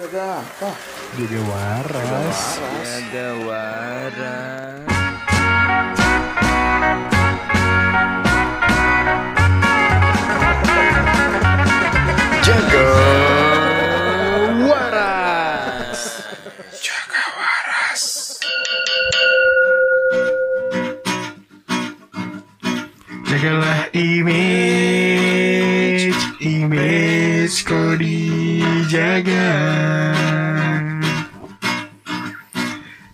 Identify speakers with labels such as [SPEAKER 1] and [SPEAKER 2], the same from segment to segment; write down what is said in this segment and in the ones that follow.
[SPEAKER 1] Jaga apa?
[SPEAKER 2] Jaga waras.
[SPEAKER 3] Jaga waras.
[SPEAKER 1] Jaga.
[SPEAKER 3] Waras.
[SPEAKER 2] Jagalah image, image kau dijaga.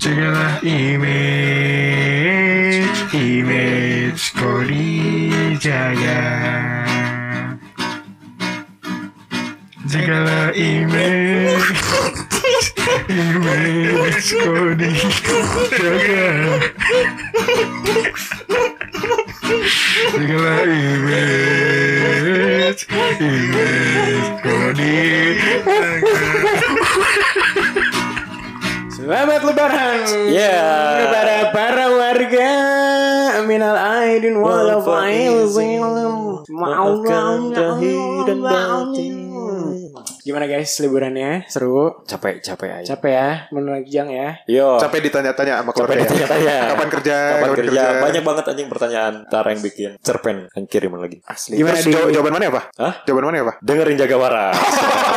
[SPEAKER 2] Jagalah image, image kau dijaga. Jagalah image, image kau dijaga. Jagalah image Image Kodi
[SPEAKER 3] Selamat lebaran.
[SPEAKER 1] Ya.
[SPEAKER 3] Kepada para warga. Minal aidin wal
[SPEAKER 1] Wal faizin.
[SPEAKER 3] faizin.
[SPEAKER 1] Maafkan zahir dan batin.
[SPEAKER 3] Gimana guys liburannya? Seru?
[SPEAKER 1] Capek, capek aja.
[SPEAKER 3] Capek ya? Menurut Jang ya?
[SPEAKER 1] Yo.
[SPEAKER 4] Capek ditanya-tanya sama
[SPEAKER 1] Oh. Capek
[SPEAKER 4] keluarga. ya?
[SPEAKER 1] ditanya-tanya.
[SPEAKER 4] Kapan kerja? Eh,
[SPEAKER 1] Kapan kerja? Banyak banget anjing pertanyaan. Tara yang bikin cerpen yang kiriman lagi.
[SPEAKER 4] Asli.
[SPEAKER 3] Gimana
[SPEAKER 4] Terus
[SPEAKER 3] di-
[SPEAKER 4] jaw- jawaban mana apa?
[SPEAKER 1] Hah?
[SPEAKER 4] Jawaban mana apa?
[SPEAKER 1] Dengerin jaga waras.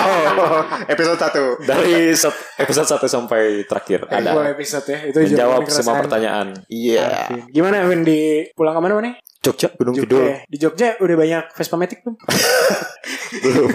[SPEAKER 4] Oh, episode 1.
[SPEAKER 1] Dari set, episode 1 sampai terakhir
[SPEAKER 3] Eh, dua
[SPEAKER 1] ada
[SPEAKER 3] episode ya. Itu
[SPEAKER 1] menjawab
[SPEAKER 3] jawaban
[SPEAKER 1] semua
[SPEAKER 3] keresahan.
[SPEAKER 1] pertanyaan. Ah,
[SPEAKER 4] Iya.
[SPEAKER 3] Arvin. Gimana Win di pulang kemana mana?
[SPEAKER 1] Jogja Gunung
[SPEAKER 3] Jogja. ya? Di Jogja udah banyak Vespa Matic belum?
[SPEAKER 1] belum.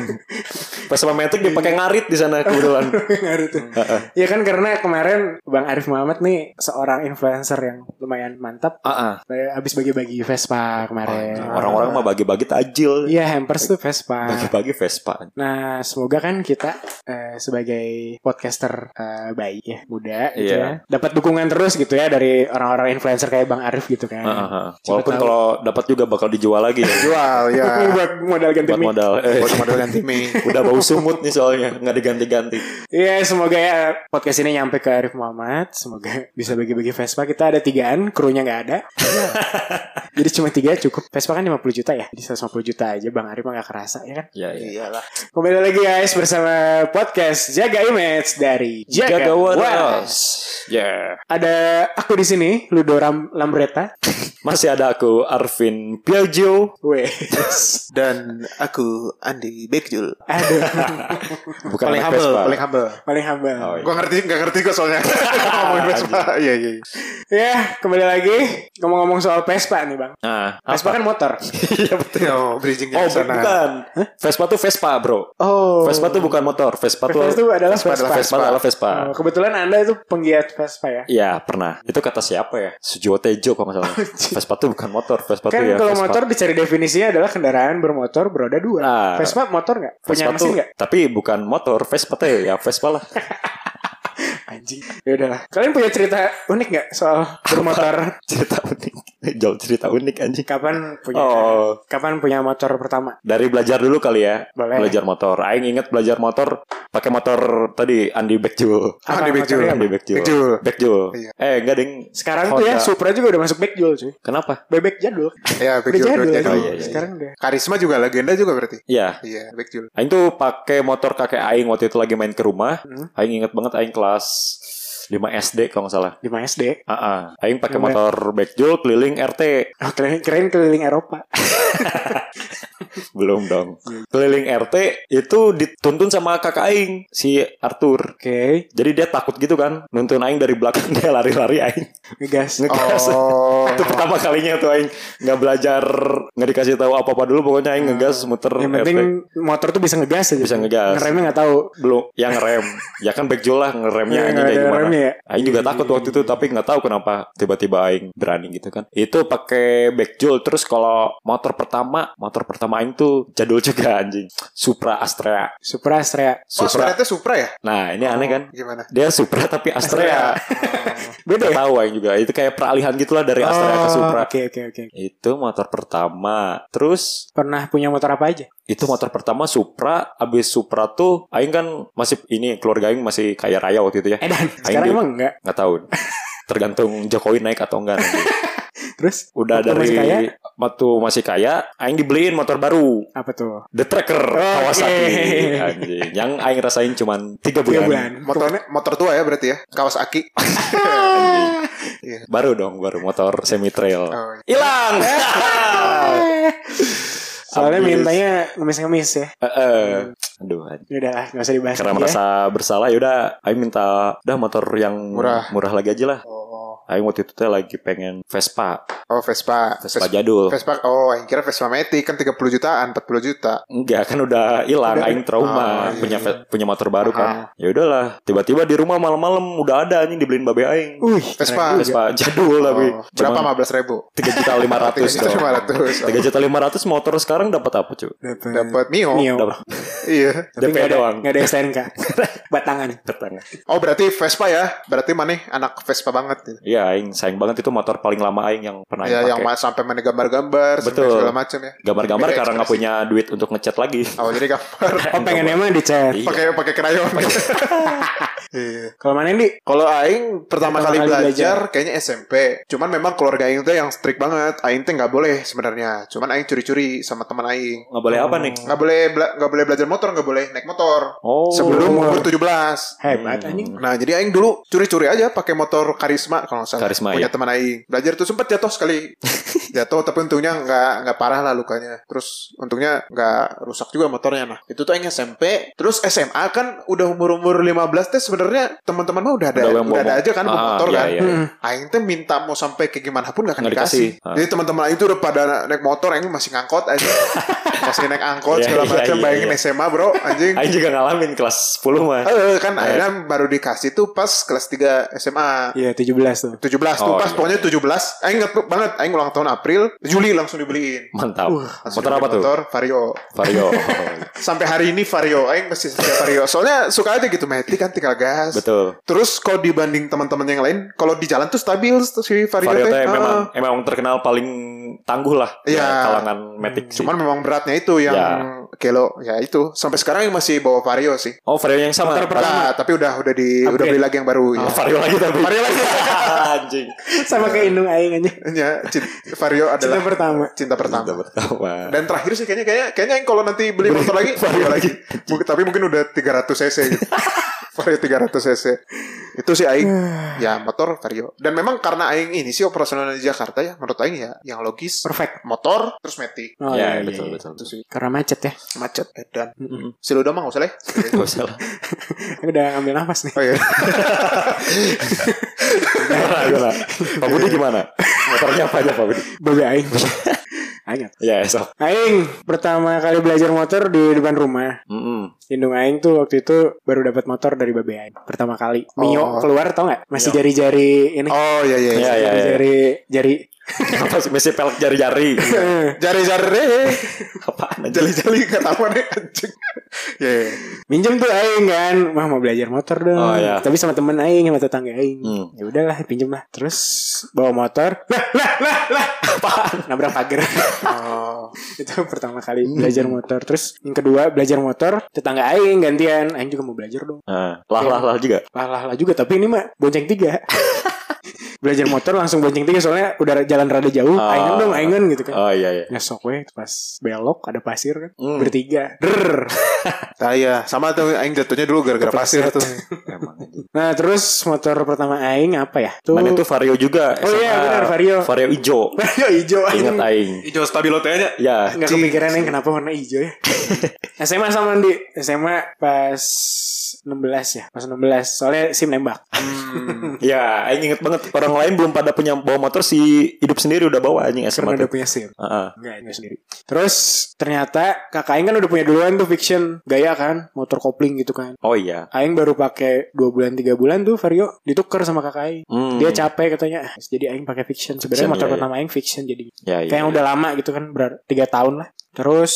[SPEAKER 1] Pas sama metik dipakai ngarit di sana kebetulan.
[SPEAKER 3] Ngaruh
[SPEAKER 1] Hmm.
[SPEAKER 3] tuh. Ya kan karena kemarin Bang Arif Muhammad nih seorang influencer yang lumayan mantap.
[SPEAKER 1] Ah, ah.
[SPEAKER 3] Abis bagi-bagi Vespa kemarin.
[SPEAKER 1] Orang-orang mah bagi-bagi tajil.
[SPEAKER 3] Iya hampers tuh Vespa.
[SPEAKER 1] Bagi-bagi Vespa.
[SPEAKER 3] Nah semoga kan kita eh, sebagai podcaster eh, baik ya muda gitu
[SPEAKER 1] Iya.
[SPEAKER 3] ya dapat dukungan terus gitu ya dari orang-orang influencer kayak Bang Arif gitu kan.
[SPEAKER 1] Ah, ah, ah.
[SPEAKER 3] Siapa
[SPEAKER 1] Walaupun
[SPEAKER 3] tahu.
[SPEAKER 1] kalau dapat juga bakal dijual lagi ya.
[SPEAKER 4] Jual ya.
[SPEAKER 3] buat modal ganti
[SPEAKER 1] buat
[SPEAKER 3] mic.
[SPEAKER 1] modal. Eh,
[SPEAKER 4] Buat modal ganti mie.
[SPEAKER 1] udah bau sumut nih soalnya nggak diganti-ganti.
[SPEAKER 3] Iya, semoga ya podcast ini nyampe ke Arif Muhammad. Semoga bisa bagi-bagi Vespa. Kita ada tigaan, krunya nggak ada. Jadi cuma tiga cukup. Vespa kan 50 juta ya. Jadi 150 juta aja Bang Arif mah nggak kerasa ya kan.
[SPEAKER 1] Ya, ya.
[SPEAKER 4] Iyalah.
[SPEAKER 3] Kembali lagi guys bersama podcast Jaga Image dari Jaga,
[SPEAKER 1] Jaga
[SPEAKER 3] Waras.
[SPEAKER 1] waras. Ya.
[SPEAKER 3] Ada aku di sini, Ludo Ram Lambretta.
[SPEAKER 1] Masih ada aku Arvin Piaggio.
[SPEAKER 3] Weh.
[SPEAKER 4] Dan aku Andi Bekjul.
[SPEAKER 3] Aduh,
[SPEAKER 1] Bukan
[SPEAKER 4] Paling
[SPEAKER 1] anak
[SPEAKER 4] humble,
[SPEAKER 1] Vespa.
[SPEAKER 4] paling humble.
[SPEAKER 3] paling hamba.
[SPEAKER 1] Oh, iya.
[SPEAKER 4] Gua ngerti, gak ngerti kok soalnya. Ngomongin Vespa. Iya, iya. iya.
[SPEAKER 3] Ya, kembali lagi ngomong-ngomong soal Vespa nih, Bang.
[SPEAKER 1] Nah,
[SPEAKER 3] Vespa
[SPEAKER 1] apa?
[SPEAKER 3] kan motor.
[SPEAKER 1] Iya, betul.
[SPEAKER 4] Oh, bridgingnya
[SPEAKER 1] Oh,
[SPEAKER 4] ke sana.
[SPEAKER 1] bukan. Vespa tuh Vespa, Bro.
[SPEAKER 3] Oh.
[SPEAKER 1] Vespa tuh bukan motor. Vespa tuh
[SPEAKER 3] Vespa itu adalah Vespa.
[SPEAKER 4] Vespa adalah
[SPEAKER 1] Vespa adalah Vespa.
[SPEAKER 3] Oh, kebetulan Anda itu penggiat Vespa ya?
[SPEAKER 1] Iya, pernah. Itu kata siapa ya? Sujiwo Tejo kalau nggak salah. Vespa tuh bukan motor, Vespa
[SPEAKER 3] Oh, kan
[SPEAKER 1] tuh ya
[SPEAKER 3] kalau
[SPEAKER 1] Vespa.
[SPEAKER 3] motor dicari definisinya adalah kendaraan bermotor beroda dua.
[SPEAKER 1] Nah,
[SPEAKER 3] Vespa motor nggak? Punya
[SPEAKER 1] Vespa
[SPEAKER 3] mesin
[SPEAKER 1] tuh-
[SPEAKER 3] nggak?
[SPEAKER 1] Tapi bukan motor, Vespa tuh ya Vespa lah.
[SPEAKER 3] Anjing. Ya udahlah. Kalian punya cerita unik nggak soal bermotor?
[SPEAKER 1] cerita unik. Jauh cerita unik anjing.
[SPEAKER 3] Kapan punya?
[SPEAKER 1] Oh.
[SPEAKER 3] Kapan punya motor pertama?
[SPEAKER 1] Dari belajar dulu kali ya.
[SPEAKER 3] Boleh.
[SPEAKER 1] Belajar motor. Aing inget belajar motor pakai motor tadi Andi Bekjul.
[SPEAKER 4] Ah, Andi
[SPEAKER 3] Apa
[SPEAKER 4] Bekjul.
[SPEAKER 3] motornya,
[SPEAKER 1] Andi
[SPEAKER 3] Bang?
[SPEAKER 1] Bekjul.
[SPEAKER 4] Bekjul.
[SPEAKER 1] Bekjul.
[SPEAKER 4] Iya.
[SPEAKER 1] Eh, enggak ding.
[SPEAKER 3] Sekarang tuh ya
[SPEAKER 1] Honda.
[SPEAKER 3] Supra juga udah masuk backjul cuy.
[SPEAKER 1] Kenapa?
[SPEAKER 3] Bebek jadul.
[SPEAKER 4] Iya,
[SPEAKER 3] Udah
[SPEAKER 4] Bekjul.
[SPEAKER 3] jadul.
[SPEAKER 4] Bekjul.
[SPEAKER 1] Oh, iya, iya.
[SPEAKER 3] Sekarang udah.
[SPEAKER 4] Karisma juga, legenda juga berarti.
[SPEAKER 1] Ya,
[SPEAKER 4] Iya, Bekjul.
[SPEAKER 1] Aing tuh pakai motor kakek Aing waktu itu lagi main ke rumah.
[SPEAKER 3] Hmm.
[SPEAKER 1] Aing inget banget Aing kelas 5 SD kalau nggak salah.
[SPEAKER 3] Di SD.
[SPEAKER 1] Ah, ah. Aing pakai
[SPEAKER 3] Udah.
[SPEAKER 1] motor backjul keliling RT.
[SPEAKER 3] Oh, keren, keren keliling Eropa.
[SPEAKER 1] Belum dong. Keliling RT itu dituntun sama kakak Aing, si Arthur.
[SPEAKER 3] Oke,
[SPEAKER 1] Jadi dia takut gitu kan, nuntun Aing dari belakang dia lari-lari Aing.
[SPEAKER 3] ngegas.
[SPEAKER 1] Ngegas.
[SPEAKER 4] Oh.
[SPEAKER 1] Itu pertama kalinya tuh Aing nggak belajar, nggak dikasih tahu apa-apa dulu pokoknya Aing ngegas muter
[SPEAKER 3] Oh. Yang
[SPEAKER 1] RT.
[SPEAKER 3] penting motor tuh bisa ngegas aja.
[SPEAKER 1] ya, Bisa ngegas.
[SPEAKER 3] Ngeremnya nggak tahu.
[SPEAKER 1] belum yang rem ya kan backjul lah ngeremnya
[SPEAKER 3] Iya,
[SPEAKER 1] anjing kayak
[SPEAKER 3] ada
[SPEAKER 1] gimana
[SPEAKER 3] remnya iya. ya.
[SPEAKER 1] Aing juga takut waktu itu tapi nggak tahu kenapa tiba-tiba Aing berani gitu kan itu pakai backjul terus kalau motor pertama motor pertama Aing tuh jadul juga anjing Supra Astrea
[SPEAKER 3] Supra Astrea.
[SPEAKER 4] Oh,
[SPEAKER 1] Supra
[SPEAKER 4] sebenarnya Supra ya?
[SPEAKER 1] nah ini
[SPEAKER 3] Oh.
[SPEAKER 1] aneh kan
[SPEAKER 4] Gimana?
[SPEAKER 1] dia Supra tapi Astrea
[SPEAKER 3] Beda
[SPEAKER 1] Nggak
[SPEAKER 3] ya?
[SPEAKER 1] tahu Aing juga itu kayak peralihan gitulah dari Iya, Astrea ke
[SPEAKER 3] Oh,
[SPEAKER 1] Supra
[SPEAKER 3] Oke oke oke.
[SPEAKER 1] itu motor pertama terus
[SPEAKER 3] Pernah punya motor apa aja?
[SPEAKER 1] itu motor pertama Supra abis Supra tuh Aing kan masih ini keluarga Aing masih kaya raya waktu itu ya
[SPEAKER 3] Eh dan
[SPEAKER 1] Aing
[SPEAKER 3] sekarang
[SPEAKER 1] di-
[SPEAKER 3] emang enggak.
[SPEAKER 1] nggak tahu tergantung Jokowi naik atau enggak nanti.
[SPEAKER 3] Terus
[SPEAKER 1] Udah
[SPEAKER 3] Waktu
[SPEAKER 1] dari
[SPEAKER 3] masih kaya?
[SPEAKER 1] waktu masih kaya, aing dibeliin motor baru.
[SPEAKER 3] apa tuh?
[SPEAKER 1] The Tracker
[SPEAKER 3] Oh,
[SPEAKER 1] Kawasaki anjing. Yang aing rasain cuman 3 bulan.
[SPEAKER 3] iya. Tiga bulan.
[SPEAKER 4] Motornya motor tua ya berarti ya. Iya. Kawasaki.
[SPEAKER 3] Ah.
[SPEAKER 1] Baru dong, baru motor semi trail.
[SPEAKER 4] Oh,
[SPEAKER 1] Hilang.
[SPEAKER 3] Ah! Soalnya
[SPEAKER 1] Habis.
[SPEAKER 3] mintanya ngemis-ngemis ya.
[SPEAKER 1] Heeh. Aduh. anjing.
[SPEAKER 3] Ya udahlah, nggak usah dibahas.
[SPEAKER 1] Karena
[SPEAKER 3] lagi ya.
[SPEAKER 1] merasa bersalah yaudah Aing minta Udah motor yang
[SPEAKER 4] Murah.
[SPEAKER 1] lagi aja lah
[SPEAKER 4] Oh,
[SPEAKER 1] Aing waktu itu teh lagi pengen Vespa
[SPEAKER 4] oh Vespa.
[SPEAKER 1] Vespa jadul
[SPEAKER 4] Vespa. Oh, yang kira Vespa Matic kan 30 jutaan, 40 juta.
[SPEAKER 1] Enggak kan udah hilang
[SPEAKER 3] Udah.
[SPEAKER 1] aing trauma
[SPEAKER 4] Ah, iya,
[SPEAKER 1] punya ve- punya motor baru kan. Ya udahlah, tiba-tiba di rumah malam-malam udah ada anjing dibeliin babe aing.
[SPEAKER 3] Wih,
[SPEAKER 4] Vespa.
[SPEAKER 3] keren juga.
[SPEAKER 1] Vespa jadul tapi
[SPEAKER 4] Oh, berapa 15 ribu?
[SPEAKER 1] Tiga juta Iya, lima ratus
[SPEAKER 4] lima ratus.
[SPEAKER 1] Tiga juta lima ratus motor sekarang dapat apa cuy?
[SPEAKER 3] Dapat.
[SPEAKER 4] Dapat Mio.
[SPEAKER 3] Mio.
[SPEAKER 1] Dapat
[SPEAKER 4] Iya.
[SPEAKER 1] DP
[SPEAKER 3] Tapi nggak ada,
[SPEAKER 1] E doang.
[SPEAKER 3] nggak ada STNK. Batangan.
[SPEAKER 1] Tetangga.
[SPEAKER 4] Oh berarti Vespa ya? Berarti mana anak Vespa banget gitu.
[SPEAKER 1] Iya, aing sayang banget itu motor paling lama aing yang pernah
[SPEAKER 4] ya
[SPEAKER 1] aing
[SPEAKER 4] yang
[SPEAKER 1] pakai.
[SPEAKER 4] ma- sampai main gambar-gambar sampai
[SPEAKER 1] Betul.
[SPEAKER 4] segala macam ya.
[SPEAKER 1] Gambar-gambar
[SPEAKER 4] Beda
[SPEAKER 1] karena nggak
[SPEAKER 4] ekspresi.
[SPEAKER 1] punya duit untuk ngecat lagi.
[SPEAKER 4] Oh jadi gambar
[SPEAKER 3] Oh pengen emang dicat.
[SPEAKER 1] Iya.
[SPEAKER 4] pakai pakai krayon. Iya.
[SPEAKER 3] Kalau mana Di?
[SPEAKER 4] Kalau aing
[SPEAKER 3] Pertama
[SPEAKER 4] pertama, kali,
[SPEAKER 3] kali
[SPEAKER 4] belajar,
[SPEAKER 3] belajar.
[SPEAKER 4] kayaknya SMP. Cuman memang keluarga aing tuh yang strict banget. Aing tuh nggak boleh sebenarnya. Cuman aing curi-curi sama teman aing.
[SPEAKER 1] Nggak boleh apa nih?
[SPEAKER 4] Nggak boleh bela- nggak boleh belajar motor, nggak boleh naik motor.
[SPEAKER 1] Oh,
[SPEAKER 3] Oh.
[SPEAKER 4] Sebelum umur 17.
[SPEAKER 3] Hebat
[SPEAKER 1] Hmm.
[SPEAKER 3] anjing.
[SPEAKER 4] Nah, jadi aing dulu curi-curi aja pakai motor Karisma kalau nggak salah.
[SPEAKER 1] Karisma,
[SPEAKER 4] punya
[SPEAKER 1] ya.
[SPEAKER 4] teman aing. Belajar tuh sempet jatuh sekali. jatuh tapi untungnya nggak nggak parah lah lukanya. Terus untungnya nggak rusak juga motornya nah. Itu tuh aing SMP, terus SMA kan udah umur-umur 15 teh sebenarnya teman-teman mah udah ada
[SPEAKER 1] Udah
[SPEAKER 4] udah,
[SPEAKER 1] yang bawa-
[SPEAKER 4] ada aja kan
[SPEAKER 1] Ah,
[SPEAKER 4] bawa motor
[SPEAKER 1] iya,
[SPEAKER 4] kan.
[SPEAKER 1] iya,
[SPEAKER 3] Hmm.
[SPEAKER 1] iya.
[SPEAKER 4] Aing teh minta mau sampai ke gimana pun gak akan
[SPEAKER 1] Nggak
[SPEAKER 4] dikasih.
[SPEAKER 1] dikasih. Ah.
[SPEAKER 4] Jadi teman-teman aing tuh udah pada naik motor, aing masih ngangkot aja. masih naik angkot
[SPEAKER 1] Iya,
[SPEAKER 4] segala
[SPEAKER 1] iya,
[SPEAKER 4] macam
[SPEAKER 1] iya,
[SPEAKER 4] bayangin
[SPEAKER 1] iya.
[SPEAKER 4] SMA, Bro, anjing.
[SPEAKER 1] Aing juga ngalamin kelas 10 mah.
[SPEAKER 4] Eh kan akhirnya baru dikasih tuh pas kelas 3 SMA.
[SPEAKER 3] Iya 17 tuh.
[SPEAKER 4] 17 tuh
[SPEAKER 1] Oh,
[SPEAKER 4] pas
[SPEAKER 1] iya.
[SPEAKER 4] pokoknya 17. Aing inget banget aing ulang tahun April, Juli langsung dibeliin.
[SPEAKER 1] Mantap.
[SPEAKER 4] Langsung
[SPEAKER 1] motor apa
[SPEAKER 4] dibeliin
[SPEAKER 1] tuh?
[SPEAKER 4] Uh, Motor Vario.
[SPEAKER 1] Vario.
[SPEAKER 4] Sampai hari ini Vario aing masih setia Vario. Soalnya suka aja gitu Matic kan tinggal gas.
[SPEAKER 1] Betul.
[SPEAKER 4] Terus kalau dibanding teman-teman yang lain, kalau di jalan tuh stabil tuh si Vario,
[SPEAKER 1] Vario teh
[SPEAKER 4] Ah.
[SPEAKER 1] memang memang terkenal paling tangguh lah ya,
[SPEAKER 4] Iya.
[SPEAKER 1] kalangan metik sih.
[SPEAKER 4] Cuman memang beratnya itu yang
[SPEAKER 1] Ya.
[SPEAKER 4] kilo ya itu. Sampai sekarang yang masih bawa Vario sih.
[SPEAKER 1] Oh Vario yang sama.
[SPEAKER 3] Motor pertama.
[SPEAKER 4] Nah, tapi udah udah di udah
[SPEAKER 3] Upgrade.
[SPEAKER 4] beli lagi yang baru ya.
[SPEAKER 1] Ah, Vario lagi tapi.
[SPEAKER 4] Vario lagi.
[SPEAKER 1] Anjing.
[SPEAKER 3] Sama kayak indung aing aja.
[SPEAKER 4] Ya, cin- Vario adalah
[SPEAKER 3] Cinta pertama.
[SPEAKER 4] Cinta pertama.
[SPEAKER 1] Udah pertama.
[SPEAKER 4] Dan terakhir sih kayaknya kayaknya kayaknya yang kalau nanti beli motor lagi, Vario lagi. Mungkin- tapi mungkin udah 300 cc gitu. Vario 300 cc. Itu sih aing ya motor Vario. Dan memang karena aing ini sih operasional di Jakarta ya, menurut aing ya yang logis
[SPEAKER 3] Perfect.
[SPEAKER 4] motor terus metik.
[SPEAKER 3] Oh,
[SPEAKER 1] ya,
[SPEAKER 3] iya, iya,
[SPEAKER 1] betul, Hmm.
[SPEAKER 3] iya.
[SPEAKER 1] betul.
[SPEAKER 4] Itu sih
[SPEAKER 3] Karena macet ya.
[SPEAKER 4] macet dan
[SPEAKER 3] Mm-mm.
[SPEAKER 4] si udah mah nggak usah lah.
[SPEAKER 1] Gak usah lah.
[SPEAKER 3] Udah ngambil nafas nih.
[SPEAKER 4] Oh iya.
[SPEAKER 1] Gimana, gimana? Pak Budi gimana? Motornya apa aja Pak Budi?
[SPEAKER 3] Babe aing. Aing.
[SPEAKER 1] Ya esok.
[SPEAKER 3] Aing pertama kali belajar motor di depan rumah.
[SPEAKER 1] Mm-mm.
[SPEAKER 3] Indung Aing tuh waktu itu baru dapat motor dari Babe Aing pertama kali. Mio
[SPEAKER 4] Oh.
[SPEAKER 3] keluar tau nggak? Masih
[SPEAKER 1] Mio.
[SPEAKER 3] jari-jari ini.
[SPEAKER 4] Oh iya iya.
[SPEAKER 1] Iya, iya.
[SPEAKER 3] Jari-jari jari.
[SPEAKER 1] Apa sih mesti pelek jari-jari?
[SPEAKER 4] Jari-jari
[SPEAKER 1] Apaan aja?
[SPEAKER 4] jali-jali nggak tahu deh anjing. Iya. iya.
[SPEAKER 3] Minjem tuh Aing kan, mah mau belajar motor dong.
[SPEAKER 1] Oh, iya.
[SPEAKER 3] Tapi sama temen Aing sama tetangga Aing.
[SPEAKER 1] Hmm.
[SPEAKER 3] Ya udahlah, pinjem lah. Terus bawa motor. Lah, lah, lah, lah. Apaan? Nabrak pagar.
[SPEAKER 4] Oh.
[SPEAKER 3] itu pertama kali
[SPEAKER 1] Hmm.
[SPEAKER 3] belajar motor. Terus yang kedua belajar motor tetangga Aing gantian. Aing juga mau belajar dong.
[SPEAKER 1] Nah, lah lah lah juga.
[SPEAKER 3] Lah lah lah juga tapi ini mah bonceng tiga. Belajar motor langsung bonceng tiga soalnya udah jalan rada jauh.
[SPEAKER 1] Ah.
[SPEAKER 3] Aingan dong, aingan gitu kan.
[SPEAKER 1] Oh iya iya.
[SPEAKER 3] Nyesok weh pas belok ada pasir kan.
[SPEAKER 1] Hmm.
[SPEAKER 3] Bertiga. Der.
[SPEAKER 4] Nah, iya, sama tuh aing jatuhnya dulu gara-gara pasir tuh.
[SPEAKER 1] Emang. anjing.
[SPEAKER 3] Nah, terus motor pertama aing apa ya? Tuh.
[SPEAKER 1] Mana itu Vario juga.
[SPEAKER 3] Oh, iya,
[SPEAKER 1] SMA.
[SPEAKER 3] benar, Vario.
[SPEAKER 1] Vario ijo.
[SPEAKER 3] Vario hijau aing.
[SPEAKER 1] Ingat aing.
[SPEAKER 4] Ijo stabilo tehnya.
[SPEAKER 1] Ya.
[SPEAKER 3] Nggak kepikiran aing kenapa warna hijau ya. SMA sama di SMA pas 16 ya, pas 16. Soalnya SIM nembak.
[SPEAKER 1] Ah,
[SPEAKER 4] Hmm.
[SPEAKER 1] Ya, aing inget banget orang lain belum pada punya bawa motor si hidup sendiri udah bawa anjing SMA.
[SPEAKER 3] Karena udah
[SPEAKER 1] tuh. Ah, Iya.
[SPEAKER 3] punya SIM.
[SPEAKER 1] Heeh.
[SPEAKER 3] Enggak, enggak sendiri. Terus ternyata kakak Aing kan udah punya duluan tuh fiction gaya kan, motor kopling gitu kan.
[SPEAKER 1] Oh iya.
[SPEAKER 3] Aing baru pakai 2 bulan 3 bulan tuh Vario dituker sama kakak Aing.
[SPEAKER 1] Hmm.
[SPEAKER 3] Dia capek katanya. "Ah, Jadi Aing pakai fiction.
[SPEAKER 1] Fiction,
[SPEAKER 3] Sebenarnya motor
[SPEAKER 1] iya,
[SPEAKER 3] pertama Aing fiction jadi.
[SPEAKER 1] Ya, iya.
[SPEAKER 3] Kayak yang
[SPEAKER 1] iya.
[SPEAKER 3] udah lama gitu kan, ber 3 tahun lah. Terus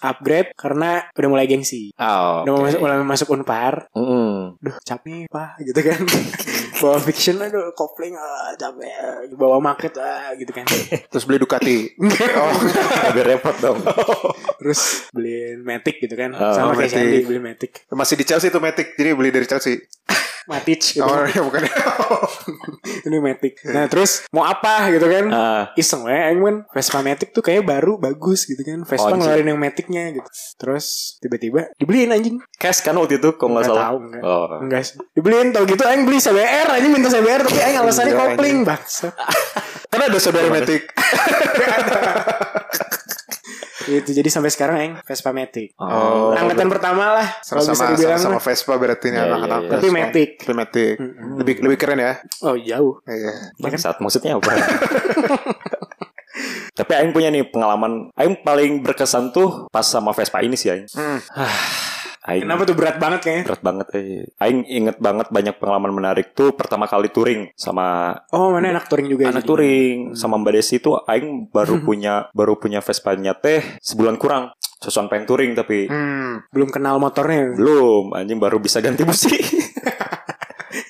[SPEAKER 3] upgrade karena udah mulai gengsi.
[SPEAKER 1] Oh,
[SPEAKER 3] Udah mau
[SPEAKER 1] oke.
[SPEAKER 3] masuk, mulai masuk Unpar.
[SPEAKER 1] Mm-mm.
[SPEAKER 3] Duh, capek, Pak, gitu kan. Bawa fiction aduh kopling ah, capek. Bawa market ah, gitu kan.
[SPEAKER 4] Terus beli Ducati. oh,
[SPEAKER 1] Agak repot dong.
[SPEAKER 3] Terus beliin Matic gitu kan
[SPEAKER 1] Oh,
[SPEAKER 3] Sama kayak
[SPEAKER 4] Matic.
[SPEAKER 3] Shandy beli Matic
[SPEAKER 4] masih di Chelsea tuh Matic. Jadi beli dari Chelsea.
[SPEAKER 3] Matic
[SPEAKER 1] Iya,
[SPEAKER 3] gitu.
[SPEAKER 4] Oh, ya, bukan.
[SPEAKER 3] Ini Matic. Nah, terus mau apa gitu kan?
[SPEAKER 1] Ah,
[SPEAKER 3] iseng ya aing kan Vespa Matic tuh kayaknya baru bagus gitu kan Vespa
[SPEAKER 1] Oh, anjing.
[SPEAKER 3] ngeluarin yang Maticnya gitu terus tiba-tiba dibeliin anjing
[SPEAKER 1] cash kan waktu itu kalau nggak
[SPEAKER 3] Nggak
[SPEAKER 1] salah.
[SPEAKER 3] tahu, nggak.
[SPEAKER 1] Oh.
[SPEAKER 3] enggak sih dibeliin tau gitu aing beli CBR aja minta CBR tapi aing alasannya
[SPEAKER 4] Iya,
[SPEAKER 3] kopling bangsa
[SPEAKER 4] Karena ada saudara metik.
[SPEAKER 3] gitu jadi sampai sekarang aing Vespa Matic
[SPEAKER 4] Oh.
[SPEAKER 3] angkatan pertama lah kalau bisa
[SPEAKER 4] Sama-sama
[SPEAKER 3] dibilang
[SPEAKER 4] sama
[SPEAKER 3] mah.
[SPEAKER 4] Vespa berarti ini
[SPEAKER 1] Iya,
[SPEAKER 4] anak-anak.
[SPEAKER 1] iya, Hmm, iya.
[SPEAKER 3] tapi
[SPEAKER 4] Vespa.
[SPEAKER 3] Matic
[SPEAKER 4] Tapi Matic. Lebih lebih keren ya.
[SPEAKER 3] oh jauh
[SPEAKER 4] Iya.
[SPEAKER 3] Ya kan?
[SPEAKER 1] Bangsat, maksudnya apa? Tapi Aing punya nih pengalaman Aing paling berkesan tuh Pas sama Vespa ini sih Aing
[SPEAKER 4] Hmm.
[SPEAKER 1] Aing
[SPEAKER 3] kenapa tuh berat banget kayaknya
[SPEAKER 1] berat banget eh. Aing inget banget banyak pengalaman menarik tuh Pertama kali touring Sama
[SPEAKER 3] oh mana anak touring juga
[SPEAKER 4] Iya.
[SPEAKER 1] anak
[SPEAKER 3] jadi.
[SPEAKER 1] touring Sama
[SPEAKER 4] Hmm.
[SPEAKER 1] Mbak Desi tuh Aing baru punya Baru punya Vespanya teh Sebulan kurang Sosokan pengen touring tapi
[SPEAKER 4] Hmm.
[SPEAKER 3] belum kenal motornya
[SPEAKER 1] Belum Anjing baru bisa ganti busi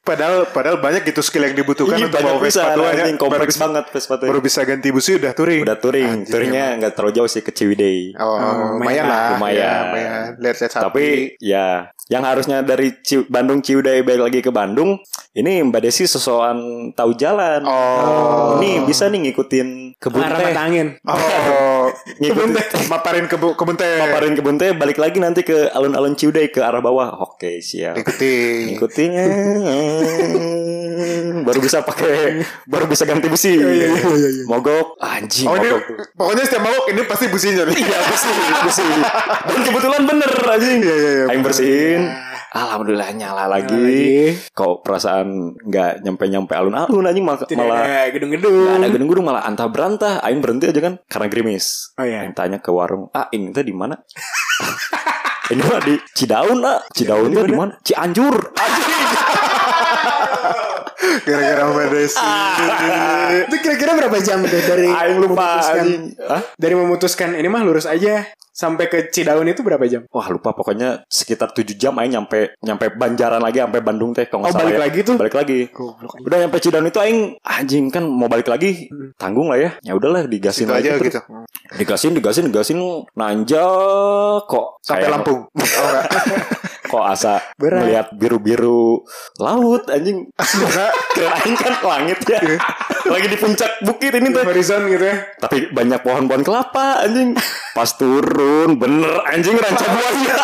[SPEAKER 4] Padahal padahal banyak gitu skill yang dibutuhkan
[SPEAKER 1] Ih,
[SPEAKER 4] untuk bawa
[SPEAKER 1] Iya, Banyak
[SPEAKER 4] Vespa
[SPEAKER 1] bisa
[SPEAKER 4] tua ya.
[SPEAKER 1] Anjing
[SPEAKER 4] Baru
[SPEAKER 1] kompleks
[SPEAKER 4] bisa,
[SPEAKER 1] banget Vespa tuh
[SPEAKER 4] baru bisa ganti busi udah touring.
[SPEAKER 1] Udah touring
[SPEAKER 4] Anjing,
[SPEAKER 1] Touringnya nggak terlalu jauh sih ke Ciwidey
[SPEAKER 4] Oh, lumayan
[SPEAKER 3] lumayan
[SPEAKER 4] lah.
[SPEAKER 1] Lumayan.
[SPEAKER 4] Ya, lumayan. Lihat-lihat sapi.
[SPEAKER 1] Tapi ya yang harusnya dari Ci- Bandung Ciuday balik lagi ke Bandung, ini Mbak Desi sosokan tahu jalan.
[SPEAKER 4] Oh.
[SPEAKER 1] Nih bisa nih ngikutin kebun
[SPEAKER 3] arah
[SPEAKER 1] teh.
[SPEAKER 3] mata angin
[SPEAKER 4] Oh.
[SPEAKER 1] Ngikutin
[SPEAKER 4] Maparin ke kebun teh.
[SPEAKER 1] paparin kebun teh balik lagi nanti ke alun-alun Ciuday ke arah bawah. Oke, siap.
[SPEAKER 4] Ikuti.
[SPEAKER 1] Ngikutin baru bisa pakai baru bisa ganti besi.
[SPEAKER 4] Iya,
[SPEAKER 1] Mogok anjing
[SPEAKER 4] Oh ini
[SPEAKER 1] mogok. tuh.
[SPEAKER 4] pokoknya setiap mabok ini pasti businya nih.
[SPEAKER 1] Iya besi, besi. Dan kebetulan bener anjing.
[SPEAKER 4] Iya iya iya.
[SPEAKER 1] Aing bersihin. Alhamdulillah nyala lagi. Kok perasaan nggak nyampe-nyampe alun-alun anjing mal-
[SPEAKER 3] tidak
[SPEAKER 1] malah
[SPEAKER 3] ada gedung-gedung
[SPEAKER 1] nggak ada gedung-gedung malah antah berantah. Aing berhenti aja kan karena gerimis.
[SPEAKER 3] Oh, iya.
[SPEAKER 1] Aing tanya ke warung, "Ah, ini teh di mana?" ini mah di Cidaun, ah. Cidaun teh di mana? Cianjur. Anjing.
[SPEAKER 4] Gara-gara Mbak Desi. Gitu
[SPEAKER 3] itu kira-kira berapa jam tuh dari
[SPEAKER 1] Aing lupa
[SPEAKER 3] memutuskan-
[SPEAKER 1] anjing. Hah?
[SPEAKER 3] dari memutuskan ini mah lurus aja sampai ke Cidaun itu berapa jam?
[SPEAKER 1] Wah lupa pokoknya sekitar 7 jam Aing nyampe nyampe Banjaran lagi sampai Bandung teh kalau
[SPEAKER 3] Oh
[SPEAKER 1] nggak salah
[SPEAKER 3] balik
[SPEAKER 1] ya.
[SPEAKER 3] lagi tuh.
[SPEAKER 1] Balik lagi.
[SPEAKER 3] Goblok.
[SPEAKER 1] Udah nyampe Cidaun itu aing anjing kan mau balik lagi tanggung lah ya. Ya udahlah digasin
[SPEAKER 4] Hmm. Situ
[SPEAKER 1] lagi
[SPEAKER 4] aja
[SPEAKER 1] terus.
[SPEAKER 4] gitu.
[SPEAKER 1] Digasin digasin digasin nanjak kok
[SPEAKER 4] Sampai
[SPEAKER 1] Kayak
[SPEAKER 4] Lampung. Oh enggak.
[SPEAKER 1] Kok asa
[SPEAKER 3] Berat.
[SPEAKER 1] melihat biru-biru laut anjing.
[SPEAKER 4] Enggak.
[SPEAKER 1] Kira aing kan langit ya.
[SPEAKER 4] Iya.
[SPEAKER 1] lagi di puncak bukit ini teh.
[SPEAKER 3] Horizon gitu ya.
[SPEAKER 1] Tapi banyak pohon-pohon kelapa anjing. Pas turun bener anjing ranca buaya.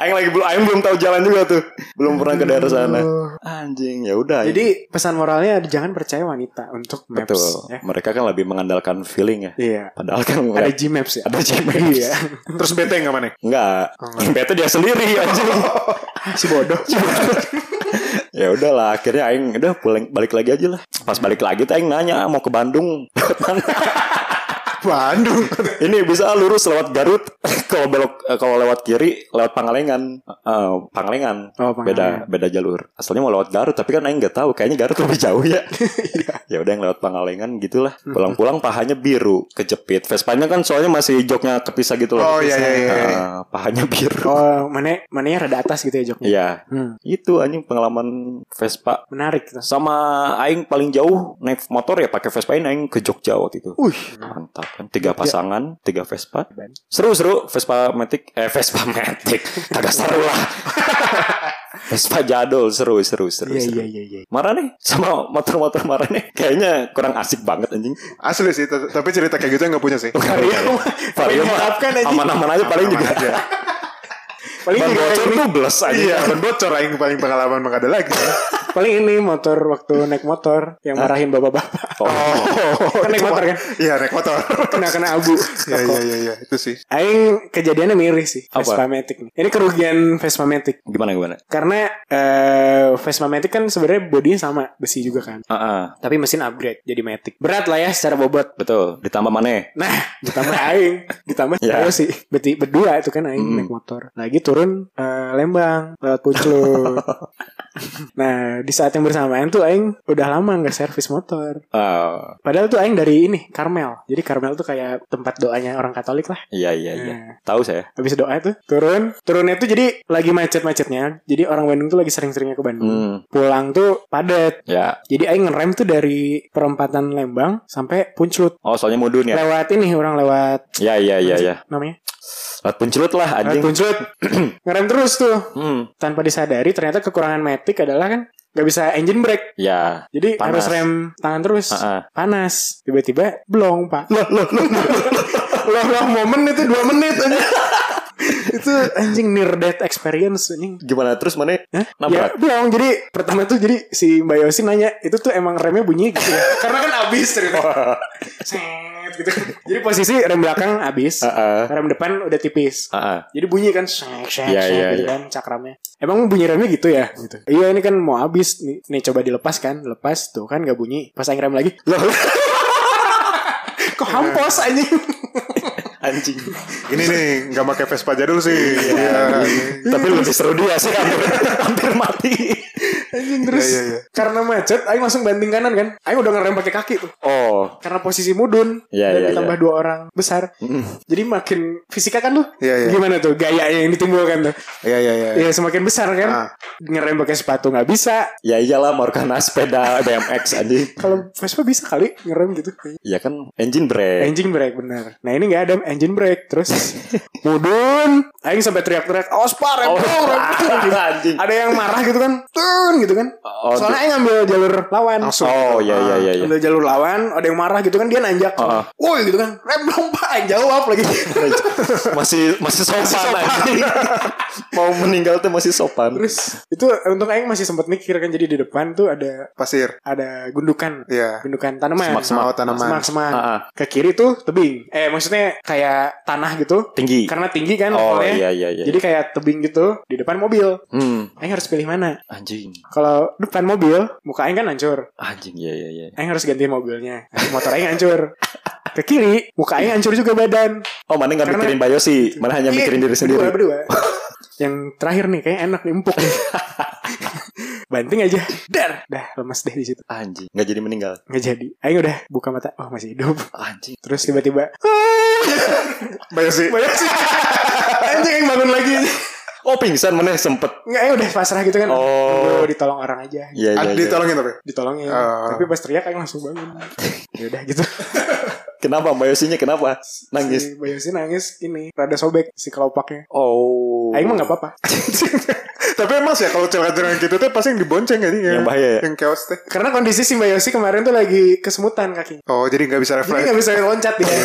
[SPEAKER 1] Aing lagi belum aing belum tahu jalan juga tuh. Belum pernah ke daerah sana. Anjing ya udah. aing-
[SPEAKER 3] Jadi pesan moralnya jangan percaya wanita untuk maps
[SPEAKER 1] betul.
[SPEAKER 3] ya.
[SPEAKER 1] Mereka kan lebih mengandalkan feeling ya.
[SPEAKER 3] Iya.
[SPEAKER 1] Padahal kan
[SPEAKER 3] Ada
[SPEAKER 1] nggak-
[SPEAKER 3] G Maps ya.
[SPEAKER 1] ada Gmail.
[SPEAKER 3] Iya. Oh.
[SPEAKER 4] Terus bete enggak mana?
[SPEAKER 1] Enggak. Bete dia sendiri anjing.
[SPEAKER 3] si bodoh.
[SPEAKER 1] ya udahlah akhirnya aing udah pulang balik lagi aja lah. Pas balik lagi tuh aing nanya mau ke Bandung. Lewat mana?
[SPEAKER 4] Bandung.
[SPEAKER 1] Ini bisa lurus lewat Garut. kalau belok eh, kalau lewat kiri lewat Pangalengan. Eh, Pangalengan.
[SPEAKER 3] Oh,
[SPEAKER 1] Beda
[SPEAKER 3] Pangalengan.
[SPEAKER 1] beda jalur. Asalnya mau lewat Garut tapi kan aing nggak tahu kayaknya Garut lebih jauh ya.
[SPEAKER 4] Iya.
[SPEAKER 1] ya udah yang lewat Pangalengan gitulah.
[SPEAKER 4] Hmm.
[SPEAKER 1] Pulang-pulang pahanya biru, kejepit. Vespanya kan soalnya masih joknya kepisah gitu loh.
[SPEAKER 4] Oh, iya, iya, iya, iya.
[SPEAKER 1] Eh, pahanya biru.
[SPEAKER 3] Oh, mana mananya rada atas gitu ya joknya.
[SPEAKER 1] Iya,
[SPEAKER 3] Hmm.
[SPEAKER 1] itu anjing pengalaman Vespa
[SPEAKER 3] Menarik gitu.
[SPEAKER 1] sama aing paling jauh naik motor ya pakai Vespa ini aing ke Jogja waktu itu.
[SPEAKER 3] Wih,
[SPEAKER 1] Mantap kan tiga pasangan, tiga Vespa. Seru seru Vespa Matic eh Vespa Matic kagak seru lah. Vespa jadul seru seru seru.
[SPEAKER 3] iya
[SPEAKER 1] seru.
[SPEAKER 3] iya iya iya.
[SPEAKER 1] Marah nih sama motor-motor marah nih kayaknya kurang asik banget anjing.
[SPEAKER 4] Asli sih, t- tapi cerita kayak gitu enggak punya sih. Iya.
[SPEAKER 1] Vario mah
[SPEAKER 3] diharapkan, anjing. Iya,
[SPEAKER 1] aman-aman aja paling
[SPEAKER 4] Aman-aman
[SPEAKER 1] juga.
[SPEAKER 4] aja.
[SPEAKER 3] Paling
[SPEAKER 1] Ban
[SPEAKER 3] juga
[SPEAKER 1] bocor
[SPEAKER 3] ini,
[SPEAKER 1] tuh belas aja.
[SPEAKER 4] Iya, ban bocor aing paling pengalaman mah nggak ada lagi.
[SPEAKER 3] paling ini motor waktu naik motor yang marahin bapak-bapak.
[SPEAKER 4] Oh,
[SPEAKER 3] Kan naik motor kan?
[SPEAKER 4] Iya, naik motor.
[SPEAKER 3] Kena kena abu.
[SPEAKER 4] Iya, iya, iya, iya, itu sih.
[SPEAKER 3] Aing kejadiannya miris sih
[SPEAKER 1] Apa?
[SPEAKER 3] Vespa Matic nih. Ini kerugian Vespa Matic.
[SPEAKER 1] Gimana gimana?
[SPEAKER 3] Karena eh Vespa Matic kan sebenarnya bodinya sama besi juga kan.
[SPEAKER 1] Ah, ah,
[SPEAKER 3] Tapi mesin upgrade jadi Matic. Berat lah ya secara bobot.
[SPEAKER 1] betul. Ditambah mana?
[SPEAKER 3] Nah, ditambah aing, ditambah
[SPEAKER 1] Ya.
[SPEAKER 3] saya sih. Berarti berdua itu kan aing
[SPEAKER 1] Mm-mm.
[SPEAKER 3] naik motor. Lagi turun eh, Lembang lewat Puclut. nah, di saat yang bersamaan tuh aing udah lama nggak servis motor.
[SPEAKER 1] Ah,
[SPEAKER 3] Padahal tuh aing dari ini Karmel. Jadi Karmel tuh kayak tempat doanya orang Katolik lah.
[SPEAKER 1] iya iya iya.
[SPEAKER 3] Nah,
[SPEAKER 1] Tahu saya.
[SPEAKER 3] habis doa tuh turun. Turunnya tuh jadi lagi macet-macetnya. Jadi orang Bandung tuh lagi sering-seringnya ke Bandung.
[SPEAKER 1] Hmm,
[SPEAKER 3] Pulang tuh padat.
[SPEAKER 1] ya.
[SPEAKER 3] Jadi aing ngerem tuh dari perempatan Lembang sampai Punclut.
[SPEAKER 1] Oh, soalnya mudun ya?
[SPEAKER 3] Lewat ini orang lewat
[SPEAKER 1] Ya, ya, ya, ya.
[SPEAKER 3] namanya
[SPEAKER 1] Lat puncelut lah anjing.
[SPEAKER 3] Tuncut. Ngerem terus tuh.
[SPEAKER 1] Hmm.
[SPEAKER 3] Tanpa disadari ternyata kekurangan matic adalah kan nggak bisa engine brake.
[SPEAKER 1] Ya.
[SPEAKER 3] Jadi
[SPEAKER 1] Panas.
[SPEAKER 3] harus rem tangan terus.
[SPEAKER 1] Ah, ah.
[SPEAKER 3] Panas. Tiba-tiba blong, Pak. Loh, loh, loh. loh, loh, momen itu 2 menit anjing. itu anjing near death experience anjing.
[SPEAKER 1] Gimana terus mana?
[SPEAKER 3] Hah?
[SPEAKER 1] Nabrak.
[SPEAKER 3] Ya, belum. Jadi pertama tuh jadi si Mbak Yosi nanya, itu tuh emang remnya bunyi gitu ya? Karena kan abis ternyata.
[SPEAKER 1] Ah,
[SPEAKER 3] Set, gitu. Jadi posisi rem belakang abis,
[SPEAKER 1] Heeh.
[SPEAKER 3] rem depan udah tipis.
[SPEAKER 1] Heeh.
[SPEAKER 3] Jadi bunyi kan shek shek
[SPEAKER 1] Iya,
[SPEAKER 3] shek
[SPEAKER 1] iya,
[SPEAKER 3] gitu
[SPEAKER 1] iya.
[SPEAKER 3] kan cakramnya. Emang bunyi remnya gitu ya gitu. Iya ini kan mau abis nih, nih coba dilepas kan. Lepas tuh kan gak bunyi. Pas aing rem lagi. Loh. Kok hampos aja.
[SPEAKER 1] Anjing.
[SPEAKER 4] Ini nih nggak pakai Vespa jadul sih. Iya.
[SPEAKER 1] Tapi lebih seru dia sih hampir, hampir mati.
[SPEAKER 3] Anjing terus
[SPEAKER 4] Iya, iya, iya.
[SPEAKER 3] karena macet aing langsung banting kanan kan. Aing udah ngerem pakai kaki tuh.
[SPEAKER 1] Oh,
[SPEAKER 3] karena posisi mudun
[SPEAKER 1] Iya,
[SPEAKER 3] dan
[SPEAKER 1] iya,
[SPEAKER 3] ditambah dua orang besar
[SPEAKER 1] Hmm.
[SPEAKER 3] jadi makin fisika kan lu
[SPEAKER 4] Iya, iya.
[SPEAKER 3] gimana tuh gayanya yang ditimbulkan tuh
[SPEAKER 4] Iya iya iya.
[SPEAKER 3] ya semakin besar kan
[SPEAKER 4] Ah.
[SPEAKER 3] ngerem pakai sepatu nggak bisa
[SPEAKER 1] ya iyalah mau kena sepeda BMX anjing.
[SPEAKER 3] kalau Vespa bisa kali ngerem gitu
[SPEAKER 1] Ya kan engine brake.
[SPEAKER 3] engine brake bener nah ini nggak ada engine brake terus mudun aing sampai teriak-teriak ospar rem
[SPEAKER 1] Oh,
[SPEAKER 3] dong, rem dong," gitu.
[SPEAKER 1] anjing.
[SPEAKER 3] ada yang marah gitu kan tun gitu kan
[SPEAKER 1] Oh,
[SPEAKER 3] soalnya aing ngambil jalur lawan
[SPEAKER 1] Oh, ya ya ya ya.
[SPEAKER 3] Ambil jalur lawan, ada yang marah gitu kan dia nanjak.
[SPEAKER 1] Ah, ah.
[SPEAKER 3] Woi gitu kan. Rem dong Pak, Aing jawab lagi.
[SPEAKER 1] masih masih sopan, anjing. Mau meninggal tuh masih sopan.
[SPEAKER 3] Terus itu untung aing masih sempat mikir kan jadi di depan tuh ada
[SPEAKER 4] Pasir.
[SPEAKER 3] ada gundukan.
[SPEAKER 4] Iya.
[SPEAKER 3] Gundukan tanaman.
[SPEAKER 4] Semak-semak. Oh, tanaman.
[SPEAKER 3] Semak-semak.
[SPEAKER 1] Ah, ah.
[SPEAKER 3] Ke kiri tuh tebing. Eh maksudnya kayak tanah gitu.
[SPEAKER 1] Tinggi.
[SPEAKER 3] Karena tinggi kan
[SPEAKER 1] Oh,
[SPEAKER 3] levelnya.
[SPEAKER 1] iya, iya, iya.
[SPEAKER 3] Jadi kayak tebing gitu di depan mobil.
[SPEAKER 1] Hmm,
[SPEAKER 3] Aing harus pilih mana?
[SPEAKER 1] anjing.
[SPEAKER 3] Kalau depan mobil, muka aing kan hancur.
[SPEAKER 1] Anjing ya ya ya.
[SPEAKER 3] Aing harus gantiin mobilnya. Motor aing hancur. Ke kiri, muka aing hancur juga badan.
[SPEAKER 1] Oh, mana nggak
[SPEAKER 3] Karena-
[SPEAKER 1] mikirin Bayo sih, mana hanya
[SPEAKER 3] Iya,
[SPEAKER 1] mikirin diri sendiri.
[SPEAKER 3] Berdua, berdua. Yang terakhir nih kayaknya enak nih empuk nih. Banting aja. Dar. Dah lemas deh di situ.
[SPEAKER 1] Anjing, nggak jadi meninggal.
[SPEAKER 3] Nggak jadi. Aing udah buka mata. Oh masih hidup.
[SPEAKER 1] Anjing.
[SPEAKER 3] Terus tiba-tiba.
[SPEAKER 4] Banyak sih.
[SPEAKER 3] Banyak sih. Anjing yang bangun lagi.
[SPEAKER 1] Oh, pingsan mana sempet.
[SPEAKER 3] Nggak, Aing udah pasrah gitu kan.
[SPEAKER 1] Oh.
[SPEAKER 3] Aduh, ditolong orang aja.
[SPEAKER 1] Iya iya.
[SPEAKER 4] Ah,
[SPEAKER 1] iya.
[SPEAKER 4] Ditolongin tapi.
[SPEAKER 3] Ditolongin.
[SPEAKER 4] Ah.
[SPEAKER 3] Tapi pas teriak Aing langsung bangun. ya udah gitu.
[SPEAKER 1] Kenapa Bayo sihnya kenapa? Nangis.
[SPEAKER 3] Si Bayosi nangis ini. Rada sobek si kelopaknya.
[SPEAKER 1] Oh.
[SPEAKER 3] Aing mah nggak apa-apa.
[SPEAKER 4] Tapi emang sih ya, kalau celaka-celaka gitu tuh pasti yang dibonceng aja
[SPEAKER 1] Yang bahaya ya?
[SPEAKER 4] Yang chaos teh.
[SPEAKER 3] Karena kondisi si Bayosi kemarin tuh lagi kesemutan kaki.
[SPEAKER 4] Oh jadi nggak bisa
[SPEAKER 3] Jadi
[SPEAKER 4] refleks.
[SPEAKER 3] nggak bisa loncat dia.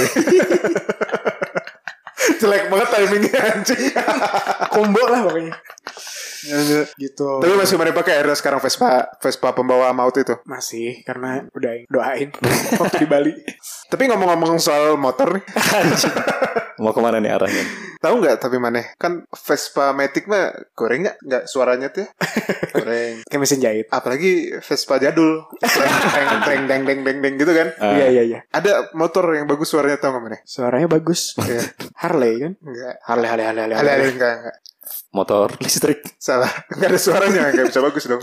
[SPEAKER 4] Jelek banget timingnya anjing.
[SPEAKER 3] Kombo lah pokoknya. Gitu.
[SPEAKER 4] Tapi masih kemarin pakai airnya sekarang Vespa Vespa pembawa maut itu.
[SPEAKER 3] masih karena udah doain waktu di Bali.
[SPEAKER 4] Tapi ngomong-ngomong soal motor nih,
[SPEAKER 1] Mau kemana nih arahnya?
[SPEAKER 4] tahu nggak tapi mana kan Vespa Matic mah goreng nggak nggak suaranya tuh ya? goreng.
[SPEAKER 3] Kayak mesin jahit.
[SPEAKER 4] Apalagi Vespa jadul, Deng, deng deng deng deng deng gitu kan.
[SPEAKER 1] Ah.
[SPEAKER 3] Iya iya iya.
[SPEAKER 4] Ada motor yang bagus suaranya tau nggak mana?
[SPEAKER 3] Suaranya bagus.
[SPEAKER 4] Iya.
[SPEAKER 3] Harley kan?
[SPEAKER 4] Enggak.
[SPEAKER 3] Harley Harley Harley Harley.
[SPEAKER 4] Ada ada enggak enggak.
[SPEAKER 1] Motor listrik.
[SPEAKER 4] Salah. Enggak ada suaranya enggak bisa bagus dong.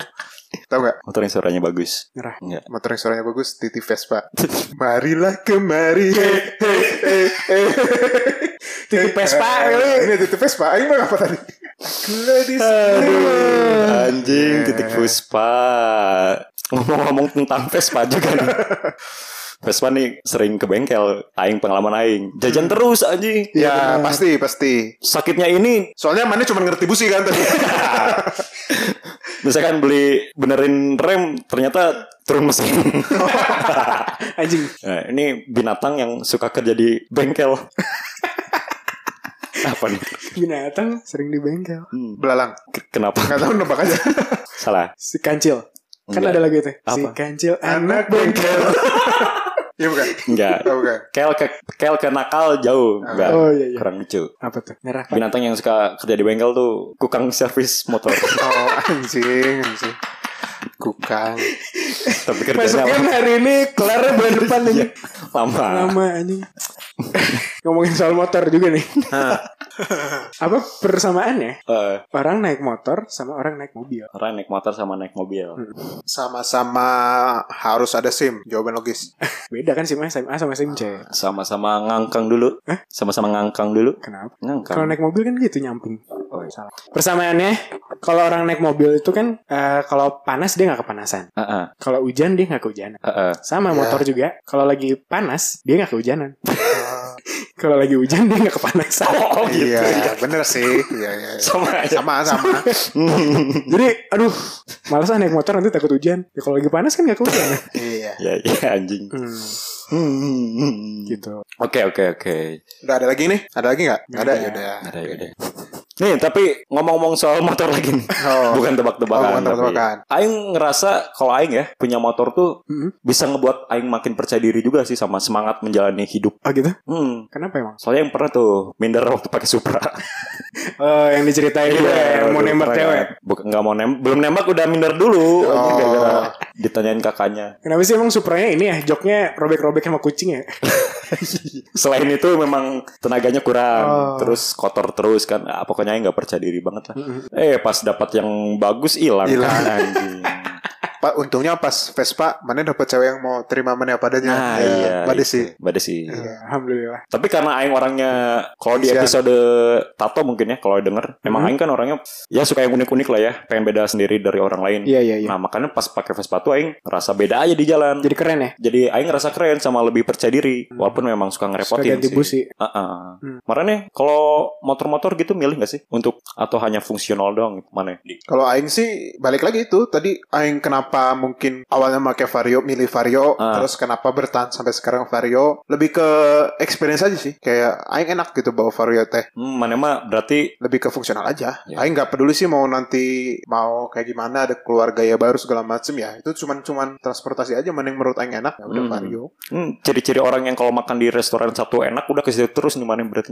[SPEAKER 4] Tahu nggak?
[SPEAKER 1] Motor yang suaranya bagus.
[SPEAKER 3] Nyerah.
[SPEAKER 1] Enggak.
[SPEAKER 4] Motor yang suaranya bagus Titi Vespa. Marilah kemari. Hey, hey, hey, hey.
[SPEAKER 3] Titip Vespa
[SPEAKER 4] Eh,
[SPEAKER 3] kali.
[SPEAKER 4] Ini Titi Vespa. Ayo bang apa tadi? Gladys.
[SPEAKER 3] Iya.
[SPEAKER 1] Anjing titik Vespa. Ngomong-ngomong tentang Vespa juga nih. Vespa nih sering ke bengkel, aing pengalaman aing. Jajan terus anjing.
[SPEAKER 4] Ya pasti pasti.
[SPEAKER 1] Sakitnya ini
[SPEAKER 4] Soalnya mana cuma ngerti busi kan tadi.
[SPEAKER 1] misalkan beli benerin rem ternyata turun mesin.
[SPEAKER 3] Anjing.
[SPEAKER 1] Nah, ini binatang yang suka kerja di bengkel. Apa nih?
[SPEAKER 3] Binatang sering di bengkel.
[SPEAKER 1] Hmm,
[SPEAKER 4] Belalang.
[SPEAKER 1] ke- kenapa?
[SPEAKER 4] Nggak tahu nebak aja.
[SPEAKER 1] Salah.
[SPEAKER 3] Si kancil. Kan
[SPEAKER 1] Enggak.
[SPEAKER 3] ada lagu itu. Si
[SPEAKER 1] Apa?
[SPEAKER 3] kancil anak
[SPEAKER 4] bengkel. Iya bukan.
[SPEAKER 1] Enggak.
[SPEAKER 4] Tahu kan?
[SPEAKER 1] Kel ke kel ke nakal jauh. Enggak.
[SPEAKER 3] Oh, iya, iya.
[SPEAKER 1] Kurang lucu.
[SPEAKER 3] apa tuh? Nyerah. Pak.
[SPEAKER 1] Binatang yang suka kerja di bengkel tuh kukang servis motor.
[SPEAKER 4] Oh anjing anjing. Kukang.
[SPEAKER 1] Tapi kerjanya
[SPEAKER 3] Masukin
[SPEAKER 1] lama.
[SPEAKER 3] hari ini kelar ya, bulan depan
[SPEAKER 1] Iya,
[SPEAKER 3] anjing.
[SPEAKER 1] lama.
[SPEAKER 3] Lama anjing. Ngomongin soal motor juga nih. apa persamaannya?
[SPEAKER 1] Eh,
[SPEAKER 3] Orang naik motor sama orang naik mobil.
[SPEAKER 1] orang naik motor sama naik mobil.
[SPEAKER 4] Sama-sama harus ada SIM. Jawaban logis.
[SPEAKER 3] Beda kan SIM SMA sama SIM C.
[SPEAKER 1] Sama-sama ngangkang dulu. Sama-sama ngangkang dulu.
[SPEAKER 3] Kenapa?
[SPEAKER 1] Ngangkang.
[SPEAKER 3] Kalau naik mobil kan gitu nyamping.
[SPEAKER 1] Oh, salah.
[SPEAKER 3] Persamaannya, kalau orang naik mobil itu kan eh, kalau panas dia nggak kepanasan.
[SPEAKER 1] Heeh,
[SPEAKER 3] Kalau hujan dia nggak kehujanan.
[SPEAKER 1] heeh.
[SPEAKER 3] Sama motor juga. Kalau lagi panas dia nggak kehujanan. Kalau lagi hujan dia nggak kepanasan.
[SPEAKER 1] Oh, gitu.
[SPEAKER 4] Iya, bener sih. Iya, iya. iya.
[SPEAKER 1] Sama aja.
[SPEAKER 4] Sama, sama.
[SPEAKER 3] Jadi aduh malas ah naik motor nanti takut hujan. Ya, kalau lagi panas kan nggak kehujanan.
[SPEAKER 4] Iya.
[SPEAKER 1] Ya, ya anjing.
[SPEAKER 3] Hmm,
[SPEAKER 1] Hmm.
[SPEAKER 3] gitu.
[SPEAKER 1] Oke, oke, oke.
[SPEAKER 4] Udah ada lagi nih? Ada lagi nggak? Nggak ada,
[SPEAKER 3] Nggak
[SPEAKER 4] ya
[SPEAKER 3] ada.
[SPEAKER 4] udah.
[SPEAKER 1] Ada, ada. Nih, tapi ngomong-ngomong soal motor lagi. nih.
[SPEAKER 4] Oh.
[SPEAKER 1] Bukan tebak-tebakan.
[SPEAKER 4] Oh, bukan
[SPEAKER 1] tapi-
[SPEAKER 4] tebak-tebakan.
[SPEAKER 1] Aing ngerasa kalau aing ya punya motor tuh
[SPEAKER 3] Mm-mm.
[SPEAKER 1] bisa ngebuat aing makin percaya diri juga sih sama semangat menjalani hidup.
[SPEAKER 3] Oh gitu?
[SPEAKER 1] Hmm.
[SPEAKER 3] Kenapa emang?
[SPEAKER 1] Soalnya yang pernah tuh minder waktu pakai Supra.
[SPEAKER 3] Oh yang
[SPEAKER 1] Iya,
[SPEAKER 3] diceritain dia yang mau
[SPEAKER 1] aduh,
[SPEAKER 3] nembak
[SPEAKER 1] pernah
[SPEAKER 3] cewek.
[SPEAKER 1] ya. Bukan nggak mau nembak, belum nembak udah minder dulu.
[SPEAKER 4] Oh.
[SPEAKER 1] Anjing, gara-gara ditanyain kakaknya.
[SPEAKER 3] Kenapa sih emang supranya ini ya joknya robek-robek sama kucing ya?
[SPEAKER 1] Selain itu memang tenaganya
[SPEAKER 3] Oh.
[SPEAKER 1] kurang, terus kotor terus kan. Ah, pokoknya aing nggak percaya diri banget lah. Eh pas dapat yang bagus hilang.
[SPEAKER 4] Hilang.
[SPEAKER 1] kan, anjing.
[SPEAKER 4] Pak, untungnya pas Vespa, mana dapat cewek yang mau terima mana apa adanya.
[SPEAKER 1] Nah,
[SPEAKER 4] Ya,
[SPEAKER 1] iya.
[SPEAKER 4] badai
[SPEAKER 1] itu.
[SPEAKER 4] sih.
[SPEAKER 1] Badai sih.
[SPEAKER 3] Ya. Iya, Alhamdulillah.
[SPEAKER 1] Tapi karena Aing orangnya Kalau di
[SPEAKER 4] Kasihan.
[SPEAKER 1] episode Tato mungkin ya Kalau denger Emang
[SPEAKER 3] Hmm.
[SPEAKER 1] Aing kan orangnya Ya suka yang unik-unik lah ya Pengen beda sendiri dari orang lain
[SPEAKER 3] Iya iya iya.
[SPEAKER 1] Nah makanya pas pakai Vespa tuh Aing Ngerasa beda aja di jalan
[SPEAKER 3] Jadi keren ya.
[SPEAKER 1] Jadi Aing ngerasa keren Sama lebih percaya diri Walaupun memang suka
[SPEAKER 3] Suka
[SPEAKER 1] ngerepotin
[SPEAKER 3] ganti
[SPEAKER 1] sih
[SPEAKER 3] bus sih.
[SPEAKER 1] Ah, ah.
[SPEAKER 3] Hmm.
[SPEAKER 1] Makanya kalau motor-motor gitu milih gak sih untuk atau hanya fungsional doang mana? ya?
[SPEAKER 4] Kalau Aing sih balik lagi itu tadi Aing kenapa mungkin awalnya pakai Vario milih Vario
[SPEAKER 1] Ah.
[SPEAKER 4] terus kenapa bertahan sampai sekarang Vario lebih ke experience aja sih kayak Aing enak gitu bawa Vario teh
[SPEAKER 1] Hmm, mana mah berarti
[SPEAKER 4] lebih ke fungsional aja
[SPEAKER 1] Ya.
[SPEAKER 4] Aing nggak peduli sih mau nanti mau kayak gimana ada keluar gaya baru segala macem ya itu cuman cuman transportasi aja mending menurut Aing enak ya udah
[SPEAKER 1] Hmm.
[SPEAKER 4] Vario
[SPEAKER 1] hmm, ciri-ciri orang yang kalau makan di restoran satu enak udah ke situ terus nih mana berarti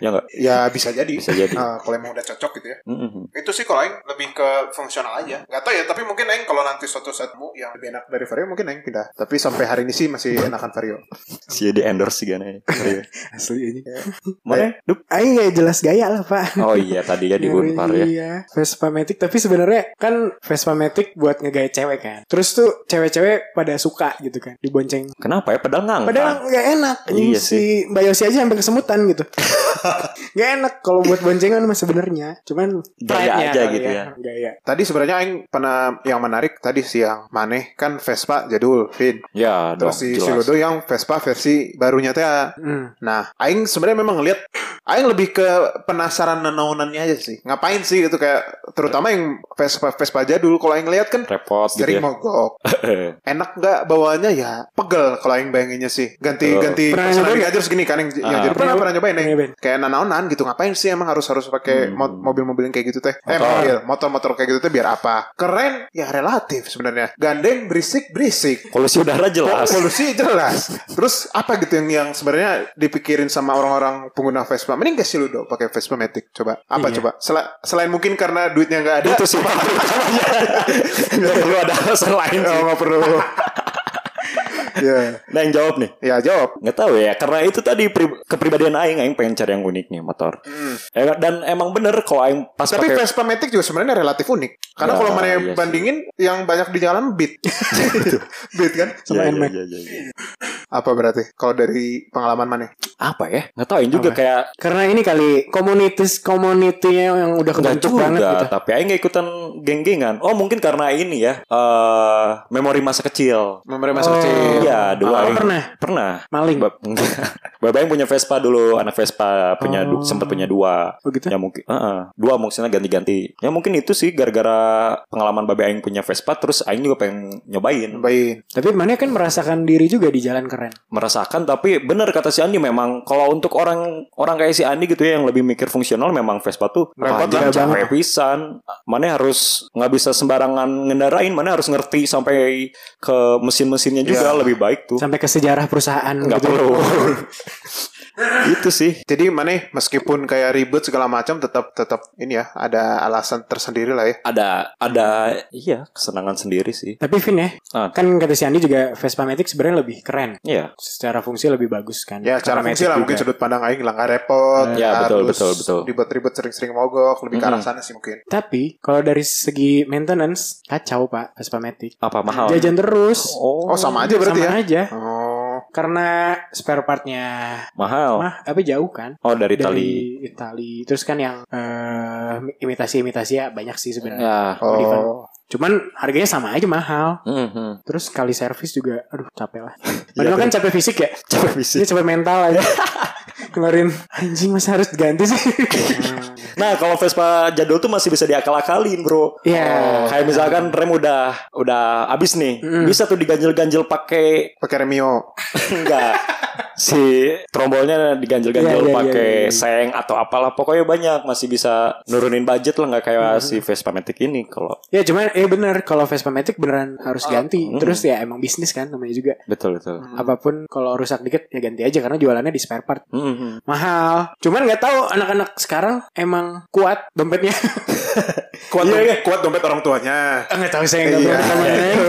[SPEAKER 1] ya nggak?
[SPEAKER 4] ya bisa jadi
[SPEAKER 1] Bisa jadi. Hmm,
[SPEAKER 4] Ah, kalau emang udah cocok gitu ya
[SPEAKER 1] Mm-mm.
[SPEAKER 4] itu sih kalau Aing lebih ke fungsional aja nggak tahu ya tapi mungkin Aing kalau nanti suatu saat mau yang lebih enak dari Vario mungkin Aing pindah tapi sampai hari ini sih masih enakan Vario
[SPEAKER 1] Si di endorse sih gane. Iya.
[SPEAKER 3] Asli ini.
[SPEAKER 1] Mana? ya? Dup.
[SPEAKER 3] Aing kayak jelas gaya lah pak.
[SPEAKER 1] Oh iya tadi ya di Unpar ya.
[SPEAKER 3] Iya, Vespa Matic tapi sebenarnya kan Vespa Matic buat ngegaya cewek kan. Terus tuh cewek-cewek pada suka gitu kan, dibonceng.
[SPEAKER 1] Kenapa ya padahal ngangkat?
[SPEAKER 3] Padahal nggak enak.
[SPEAKER 1] Iya
[SPEAKER 3] si Mbak Yosi aja sampai kesemutan gitu. Nggak enak kalau buat boncengan mah sebenarnya. Cuman
[SPEAKER 1] Gaya
[SPEAKER 3] pride-nya
[SPEAKER 1] aja
[SPEAKER 3] kali
[SPEAKER 1] gitu ya.
[SPEAKER 3] Gaya.
[SPEAKER 4] tadi sebenarnya Aing pernah yang menarik tadi siang maneh kan Vespa jadul Vin
[SPEAKER 1] ya dong.
[SPEAKER 4] terus si
[SPEAKER 1] jelas.
[SPEAKER 4] Silodo yang Vespa versi barunya teh
[SPEAKER 3] Hmm.
[SPEAKER 4] nah Aing sebenarnya memang ngeliat Aing lebih ke penasaran nanaunannya aja sih ngapain sih gitu kayak terutama yang Vespa Vespa jadul kalau Aing lihat kan
[SPEAKER 1] repot gitu
[SPEAKER 4] sering
[SPEAKER 1] ya.
[SPEAKER 4] mogok enak nggak bawaannya ya pegel kalau yang bayanginnya sih ganti
[SPEAKER 1] Betul.
[SPEAKER 4] ganti
[SPEAKER 3] Pernah
[SPEAKER 4] personality
[SPEAKER 3] nyobain?
[SPEAKER 4] aja terus gini kan yang, yang
[SPEAKER 1] Ah.
[SPEAKER 4] jadi pernah pernah nyobain
[SPEAKER 3] Pernah nyobain.
[SPEAKER 4] yang kayak nanaonan gitu ngapain sih emang harus harus pakai
[SPEAKER 1] Hmm.
[SPEAKER 4] mo- mobil-mobil yang kayak gitu teh eh
[SPEAKER 1] Motor.
[SPEAKER 4] mobil motor-motor kayak gitu teh biar apa keren ya relatif sebenarnya gandeng berisik berisik
[SPEAKER 1] Polusi udara jelas.
[SPEAKER 4] polusi jelas terus apa gitu yang yang sebenarnya dipikirin sama orang-orang pengguna Vespa mending gak sih lu dong pakai Vespa Matic coba apa
[SPEAKER 3] Iya.
[SPEAKER 4] coba Sel- selain mungkin karena duitnya nggak ada
[SPEAKER 1] Itu sih. Pak. Nggak perlu ada alasan lain
[SPEAKER 4] oh,
[SPEAKER 1] sih.
[SPEAKER 4] nggak perlu ya
[SPEAKER 1] Nah yang jawab nih.
[SPEAKER 4] ya jawab
[SPEAKER 1] Nggak tahu ya, karena itu tadi pri- kepribadian Aing, Aing pengen cari yang unik nih motor. Eh, Dan emang bener kalau Aing pas
[SPEAKER 4] Tapi
[SPEAKER 1] pakai
[SPEAKER 4] Vespa Matic juga sebenarnya relatif unik. Karena
[SPEAKER 1] Ya,
[SPEAKER 4] kalau mana
[SPEAKER 1] iya sih.
[SPEAKER 4] bandingin yang banyak di jalan Beat. beat kan?
[SPEAKER 1] Iya,
[SPEAKER 3] sama
[SPEAKER 1] iya,
[SPEAKER 3] NMAX.
[SPEAKER 1] iya, iya, iya.
[SPEAKER 4] Apa berarti? Kalau dari pengalaman mana?
[SPEAKER 1] Apa ya? Nggak tahu Aing juga
[SPEAKER 3] Apa?
[SPEAKER 1] kayak
[SPEAKER 3] Karena ini kali komunitas komunitinya yang udah
[SPEAKER 1] Enggak
[SPEAKER 3] kebentuk
[SPEAKER 1] juga,
[SPEAKER 3] banget gitu.
[SPEAKER 1] tapi Aing nggak ikutan geng-gengan. Oh mungkin karena ini ya, eh memori masa kecil.
[SPEAKER 4] Memberi
[SPEAKER 3] Oh.
[SPEAKER 1] Iya, dulu
[SPEAKER 3] Oh,
[SPEAKER 1] Aing
[SPEAKER 3] pernah?
[SPEAKER 1] Pernah.
[SPEAKER 3] Maling.
[SPEAKER 1] Bab, Bapak Aing punya Vespa dulu, anak Vespa punya du- sempat punya dua.
[SPEAKER 3] Oh gitu?
[SPEAKER 1] Ya mungkin, heeh. dua maksudnya ganti-ganti. Ya mungkin itu sih gara-gara pengalaman Babe Aing punya Vespa, terus Aing juga pengen nyobain,
[SPEAKER 4] Oh, Baik.
[SPEAKER 3] Tapi mana kan merasakan diri juga di jalan keren.
[SPEAKER 1] merasakan. Tapi bener kata si Andi memang kalau untuk orang orang kayak si Andi gitu ya yang lebih mikir fungsional, memang Vespa tuh
[SPEAKER 4] Repot
[SPEAKER 1] panjang,
[SPEAKER 4] ya,
[SPEAKER 3] lah,
[SPEAKER 1] capek pisan. Mana harus nggak bisa sembarangan ngendarain, mana harus ngerti sampai ke mesin-mesinnya juga
[SPEAKER 4] Iya.
[SPEAKER 1] lebih baik tuh.
[SPEAKER 3] Sampai ke sejarah perusahaan
[SPEAKER 1] Nggak
[SPEAKER 3] gitu.
[SPEAKER 1] perlu. itu sih.
[SPEAKER 4] Jadi mana meskipun kayak ribet segala macam tetap tetap ini ya ada alasan tersendiri lah ya.
[SPEAKER 1] ada ada iya kesenangan sendiri sih
[SPEAKER 3] Tapi Vin ya,
[SPEAKER 1] Ah.
[SPEAKER 3] kan kata si Andi juga Vespa Matic sebenarnya lebih keren.
[SPEAKER 1] iya
[SPEAKER 3] Secara fungsi lebih bagus kan.
[SPEAKER 4] Ya cara
[SPEAKER 3] Karena
[SPEAKER 4] fungsi
[SPEAKER 3] Matic
[SPEAKER 4] lah
[SPEAKER 3] juga.
[SPEAKER 4] mungkin sudut pandang aing lah nggak repot.
[SPEAKER 1] Ya, betul,
[SPEAKER 4] harus
[SPEAKER 1] betul, betul.
[SPEAKER 4] Ribet-ribet sering-sering mogok lebih ke arah
[SPEAKER 1] Mm-mm.
[SPEAKER 4] sana sih mungkin.
[SPEAKER 3] Tapi kalau dari segi maintenance kacau pak Vespa Matic.
[SPEAKER 1] apa mahal
[SPEAKER 3] Jajan terus.
[SPEAKER 1] oh,
[SPEAKER 4] iya. Oh sama aja berarti
[SPEAKER 3] sama
[SPEAKER 4] ya.
[SPEAKER 3] aja.
[SPEAKER 4] Oh.
[SPEAKER 3] iya. Karena spare partnya
[SPEAKER 1] mahal
[SPEAKER 3] mah apa jauh kan
[SPEAKER 1] oh dari tali
[SPEAKER 3] dari
[SPEAKER 4] Iya.
[SPEAKER 3] Itali. Terus kan yang eh, imitasi-imitasi ya banyak sih sebenarnya.
[SPEAKER 1] ya
[SPEAKER 4] Oh.
[SPEAKER 3] Cuman harganya sama aja mahal.
[SPEAKER 1] Hmm, hmm.
[SPEAKER 3] Terus kali servis juga aduh capek lah.
[SPEAKER 1] Iya,
[SPEAKER 3] Padahal kan capek fisik ya.
[SPEAKER 1] Capek fisik.
[SPEAKER 3] Ini capek mental aja. Ngeluarin anjing masa harus ganti sih.
[SPEAKER 4] Hmm.
[SPEAKER 1] Nah, kalau Vespa jadul tuh masih bisa diakal-akalin, Bro.
[SPEAKER 3] Iya.
[SPEAKER 1] Oh, Kayak misalkan rem udah udah habis nih.
[SPEAKER 3] Mm.
[SPEAKER 1] Bisa tuh diganjel-ganjel pakai
[SPEAKER 4] Pakai Remio.
[SPEAKER 1] enggak si trombolnya diganjel-ganjel
[SPEAKER 3] Iya, iya,
[SPEAKER 1] pakai
[SPEAKER 3] iya, iya.
[SPEAKER 1] seng atau apalah pokoknya banyak masih bisa nurunin budget lah nggak
[SPEAKER 3] Hmm.
[SPEAKER 1] kayak si Vespa Matic ini kalau
[SPEAKER 3] ya cuman ya bener kalau Vespa Matic beneran harus ganti.
[SPEAKER 1] mm.
[SPEAKER 3] Terus ya emang bisnis kan namanya juga.
[SPEAKER 1] betul betul
[SPEAKER 3] Apapun kalau rusak dikit ya ganti aja karena jualannya di spare part.
[SPEAKER 1] Mhm.
[SPEAKER 3] Mahal. Cuman nggak tahu anak-anak sekarang emang kuat dompetnya. kan?
[SPEAKER 4] Kuat,
[SPEAKER 1] Iya,
[SPEAKER 4] dom-
[SPEAKER 1] iya.
[SPEAKER 4] kuat dompet orang tuanya.
[SPEAKER 3] Ah, nggak tahu saya nggak
[SPEAKER 4] Iya,
[SPEAKER 3] pernah ketemu
[SPEAKER 4] iya.
[SPEAKER 3] Neng.